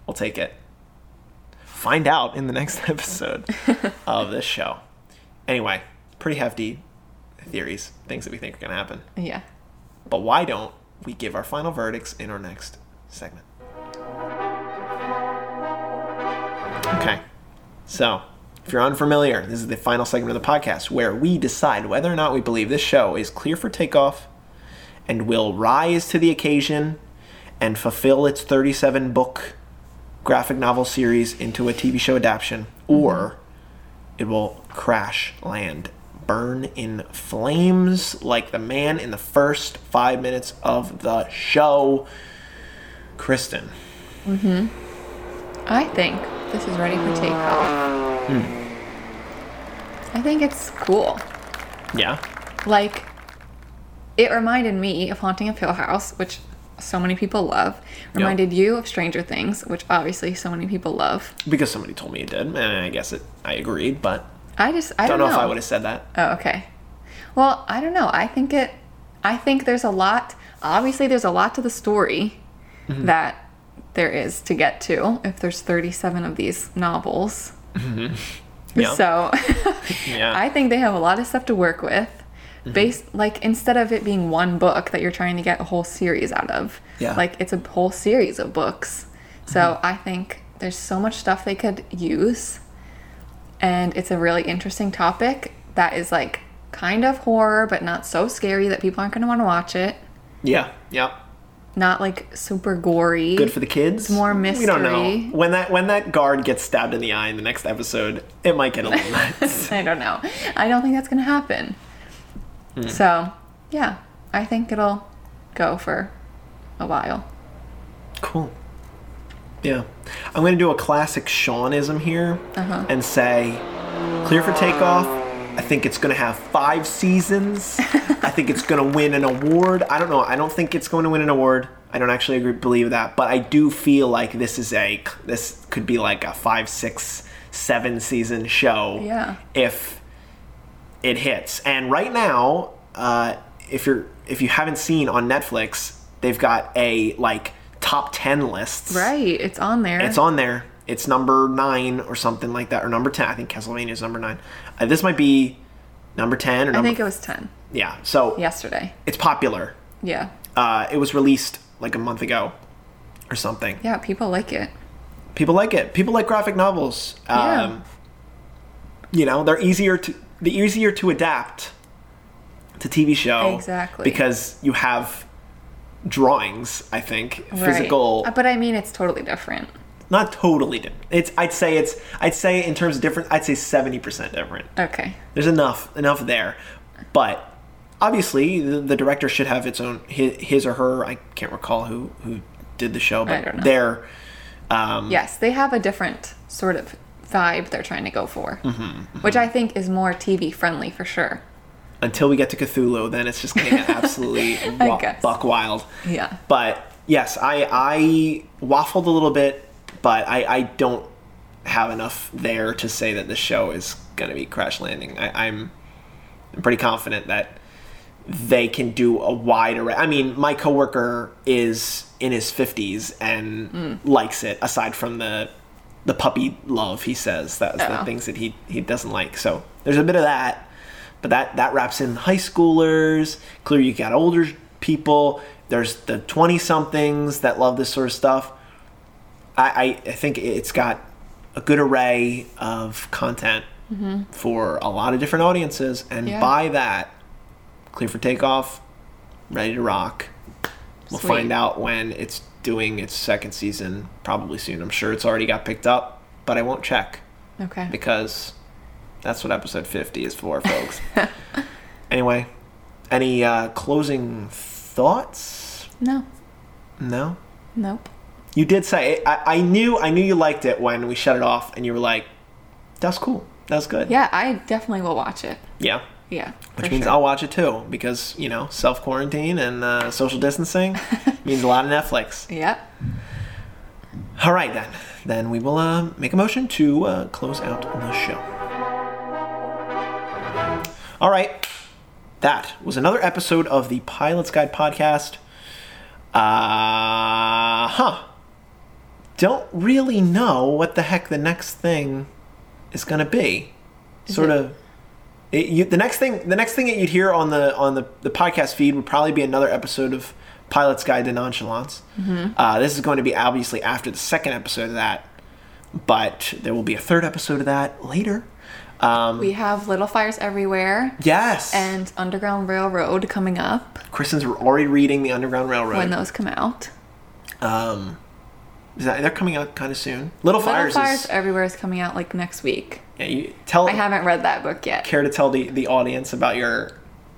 S1: We'll take it. Find out in the next (laughs) episode of this show. Anyway, pretty hefty theories, things that we think are going to happen.
S2: Yeah.
S1: But why don't we give our final verdicts in our next segment? Okay. So, if you're unfamiliar, this is the final segment of the podcast where we decide whether or not we believe this show is clear for takeoff and will rise to the occasion and fulfill its 37 book graphic novel series into a TV show adaptation, or it will crash land, burn in flames like the man in the first five minutes of the show. Kristen,
S2: I think this is ready for takeoff.
S1: Hmm.
S2: I think it's cool.
S1: yeah,
S2: Like, it reminded me of Haunting of Hill House, which so many people love. Reminded you of Stranger Things, which obviously so many people love.
S1: because somebody told me it did, and I guess it. I agreed, but
S2: I just I
S1: don't
S2: don't,
S1: know, if I would have said that.
S2: Oh, okay. Well, I don't know. I think it. I think there's a lot. Obviously, there's a lot to the story that there is to get to. If there's 37 of these novels,
S1: Yeah,
S2: (laughs) so
S1: yeah,
S2: (laughs) I think they have a lot of stuff to work with.
S1: Mm-hmm.
S2: Based like instead of it being one book that you're trying to get a whole series out of,
S1: Yeah. Mm-hmm.
S2: like it's a whole series of books. So I think there's so much stuff they could use, and it's a really interesting topic that is like kind of horror, but not so scary that people aren't going to want to watch it.
S1: yeah, yeah.
S2: Not like super gory.
S1: Good for the kids.
S2: more
S1: We don't know
S2: mystery.
S1: when that when that guard gets stabbed in the eye in the next episode. It might get a
S2: (laughs)
S1: little nuts.
S2: I don't know. I don't think that's going to happen.
S1: Hmm.
S2: So, yeah, I think it'll go for a while.
S1: Cool. Yeah. I'm going to do a classic Seanism here
S2: Uh-huh.
S1: and say clear for takeoff. I think it's going to have five seasons. I think it's going to win an award. I don't know. I don't think it's going to win an award. I don't actually agree, believe that, but I do feel like this is a this could be like a five, six, seven season show
S2: Yeah.
S1: if it hits. And right now, uh, if you're if you haven't seen on Netflix, they've got a like top ten lists.
S2: Right, it's on there.
S1: It's on there. It's number nine or something like that, or number ten. I think Castlevania is number nine. Uh, this might be number ten or
S2: I
S1: number
S2: think it was 10
S1: yeah. So
S2: yesterday.
S1: it's popular.
S2: Yeah.
S1: Uh, it was released like a month ago or something.
S2: Yeah, people like it.
S1: People like it. People like graphic novels.
S2: Yeah.
S1: Um, you know they're easier to they're easier to adapt to tv show
S2: Exactly.
S1: because you have drawings i think
S2: Right.
S1: physical
S2: Uh, But I mean, it's totally different.
S1: not totally different it's i'd say it's i'd say in terms of different i'd say 70% different
S2: Okay.
S1: there's enough enough there but obviously the, the director should have its own his, his or her i can't recall who who did the show
S2: I don't
S1: but
S2: know.
S1: their um
S2: Yes, they have a different sort
S1: Mm-hmm,
S2: of vibe they're trying to go for, which I think is more TV friendly for sure.
S1: until we get to Cthulhu, then it's just going to get
S2: (laughs)
S1: absolutely wa-
S2: guess.
S1: buck wild.
S2: Yeah.
S1: But yes, I I waffled a little bit, but I I don't have enough there to say that the show is going to be crash landing. I, I'm I'm pretty confident that they can do a wide array. I mean, my coworker is in his 50s and
S2: Mm.
S1: likes it aside from the the puppy love he says that's the
S2: Oh.
S1: things that he he doesn't like. So, there's a bit of that. But that that wraps in high schoolers, clearly you got older people, there's the 20 somethings that love this sort of stuff. I, I I think it's got a good array of content for a lot of different audiences, and
S2: Mm-hmm. Yeah.
S1: by that, clear for takeoff, ready to rock. We'll
S2: Sweet.
S1: find out when it's doing its second season, probably soon. I'm sure it's already got picked up, but I won't check
S2: Okay.
S1: because that's what episode 50 is for,
S2: (laughs)
S1: folks. anyway, any uh, closing thoughts?
S2: No.
S1: No.
S2: Nope.
S1: You did say it. I, I knew I knew you liked it when we shut it off, and you were like, "That's cool. That's good."
S2: Yeah, I definitely will watch it.
S1: Yeah.
S2: Yeah.
S1: Which
S2: for
S1: means
S2: sure.
S1: I'll watch it too because you know self quarantine and uh, social
S2: (laughs)
S1: distancing means a lot of Netflix.
S2: Yep.
S1: All right then, then we will uh, make a motion to uh, close out the show. All right, that was another episode of the Pilot's Guide podcast. Uh huh. Don't really know what the heck the next thing is gonna be. sort
S2: it-
S1: of. It, you, the next thing, the next thing that you'd hear on the on the, the podcast feed would probably be another episode of Pilot's Guide to Nonchalance. Uh, this is going to be obviously after the second episode of that, but there will be a third episode of that later. Um,
S2: We have Little Fires Everywhere
S1: yes,
S2: and Underground Railroad coming up
S1: Kristen's already reading the Underground Railroad.
S2: when those come out.
S1: Um, is that, they're coming out kind of soon. Little Fires.
S2: Little Fires
S1: is,
S2: Everywhere is coming out like next week.
S1: yeah, you tell.
S2: I haven't read that book yet.
S1: care to tell the the audience about your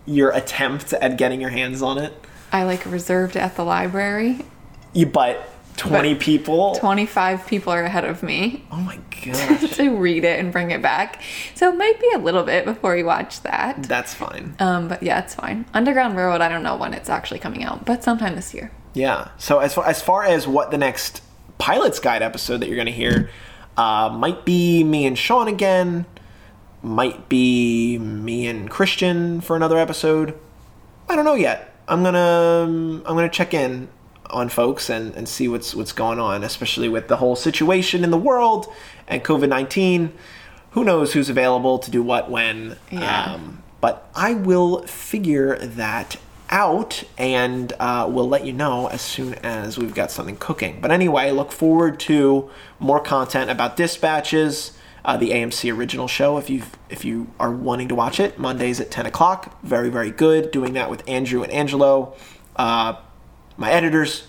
S1: your attempt at getting your hands on it.
S2: I like reserved it at the library.
S1: You but twenty
S2: But
S1: people.
S2: 25 people are ahead of me (laughs)
S1: Oh my gosh,
S2: to read it and bring it back. So it might be a little bit before you watch
S1: (laughs)
S2: that.
S1: that's fine.
S2: Um, but yeah, it's fine. Underground Railroad, I don't know when it's actually coming out, but sometime this year.
S1: Yeah. So as far as far as what the next Pilot's Guide episode that you're gonna hear uh, might be me and Sean again, might be me and Christian for another episode. I don't know yet. I'm gonna um, I'm gonna check in on folks and, and see what's what's going on, especially with the whole situation in the world and COVID nineteen. Who knows who's available to do what when?
S2: Yeah.
S1: Um, but I will figure that out and uh, we'll let you know as soon as we've got something cooking. But anyway, look forward to more content about dispatches. Uh, the AMC original show. If you if you are wanting to watch it, Mondays at ten o'clock. Very very good. Doing that with Andrew and Angelo, uh, my editors,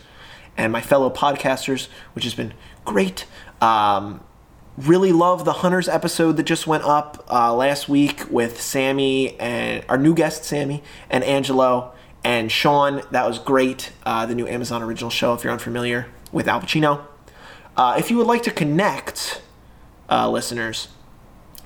S1: and my fellow podcasters, which has been great. Um, really love the Hunters episode that just went up uh, last week with Sammy and our new guest Sammy and Angelo and Sean. That was great. Uh, the new Amazon original show. If you're unfamiliar with Al Pacino, uh, if you would like to connect uh, listeners,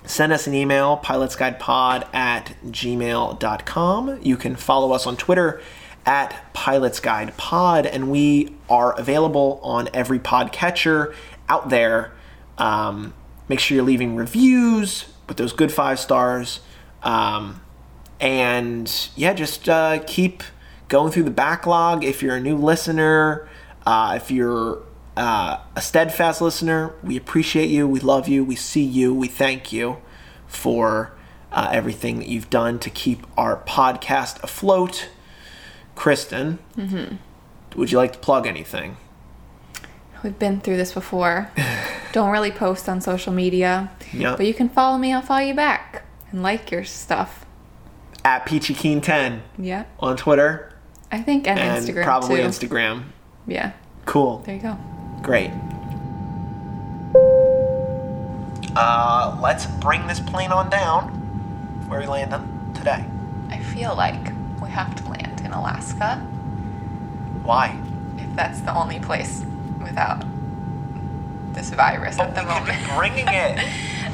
S1: send us an email, pilotsguidepod at gmail.com. You can follow us on Twitter at pilotsguidepod, and we are available on every podcatcher out there. Um, make sure you're leaving reviews with those good five stars. Um, and yeah, just uh, keep going through the backlog. If you're a new listener, uh, if you're uh, a steadfast listener, we appreciate you. We love you. We see you. We thank you for uh, everything that you've done to keep our podcast afloat. Kristen,
S2: Mm-hmm.
S1: would you like to plug anything?
S2: We've been through
S1: (sighs)
S2: this before. don't really post on social media,
S1: Yeah.
S2: but you can follow me. I'll follow you back and like your stuff.
S1: At Peachy Keen 10
S2: Yeah,
S1: on Twitter
S2: I think and,
S1: and
S2: Instagram
S1: probably
S2: too.
S1: Instagram.
S2: yeah,
S1: Cool.
S2: there you go.
S1: Great. Uh, let's bring this plane on down. Where are we landing today?
S2: I feel like we have to land in Alaska
S1: Why?
S2: if that's the only place without this virus at the
S1: Oh, we could be
S2: moment.
S1: bringing
S2: (laughs)
S1: it.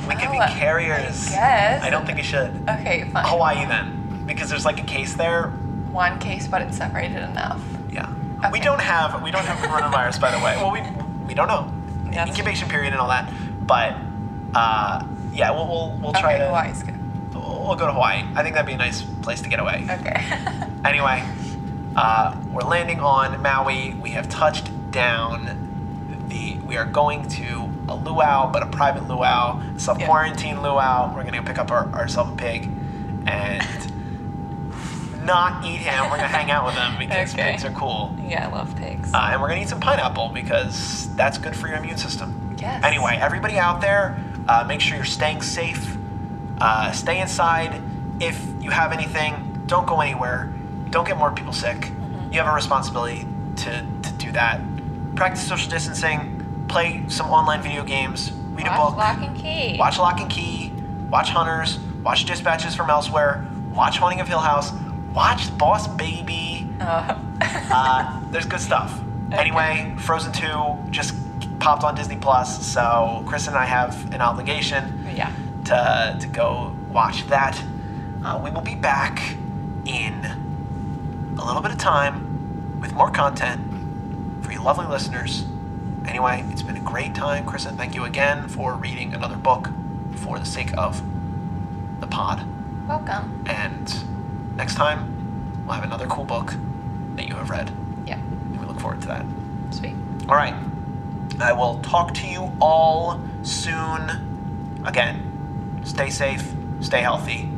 S1: We could be
S2: Well, I
S1: carriers.
S2: guess.
S1: I don't think you should.
S2: (laughs) Okay, fine.
S1: Hawaii then. because there's like a case there.
S2: One case, but it's separated enough.
S1: Yeah. We
S2: Okay.
S1: don't have we don't have coronavirus by the way. Well, we we don't know
S2: That's-
S1: incubation period and all that, but uh, yeah, we'll we'll, we'll try
S2: Okay,
S1: to
S2: Hawaii's good.
S1: We'll go to Hawaii. I think that'd be a nice place to get away.
S2: Okay. (laughs)
S1: Anyway, uh, we're landing on Maui. We have touched down. The we are going to a luau, but a private luau, self quarantine luau. We're gonna go pick up our, ourselves a pig, and not eat him. We're gonna hang out with him because
S2: Okay.
S1: pigs are cool.
S2: yeah, I love pigs.
S1: Uh, and we're gonna eat some pineapple because that's good for your immune system.
S2: Yes.
S1: Anyway, everybody out there, uh, make sure you're staying safe. Uh, stay inside. If you have anything, don't go anywhere. Don't get more people sick.
S2: Mm-hmm.
S1: You have a responsibility to, to do that. Practice social distancing. Play some online video games. Read
S2: Watch
S1: a book.
S2: Lock and Key.
S1: Watch Lock and Key. Watch Hunters. Watch Dispatches from Elsewhere. Watch Haunting of Hill House. Watch Boss Baby.
S2: Oh.
S1: Uh, there's good stuff. Anyway, Frozen 2 just popped on Disney Plus, so Chris and I have an obligation
S2: (laughs) yeah.
S1: to, to go watch that. Uh, we will be back in a little bit of time with more content for you lovely listeners. Anyway, it's been a great time, Chris, and thank you again for reading another book for the sake of the pod.
S2: Welcome.
S1: And next time, we'll have another cool book that you have read.
S2: Yeah.
S1: And we look forward to that.
S2: Sweet.
S1: All right. I will talk to you all soon. Again, stay safe, stay healthy,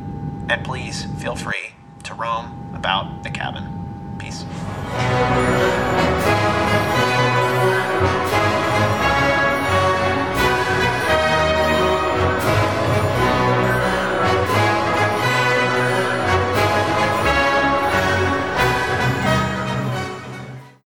S1: and please feel free to roam about the cabin. Peace.
S2: Bye.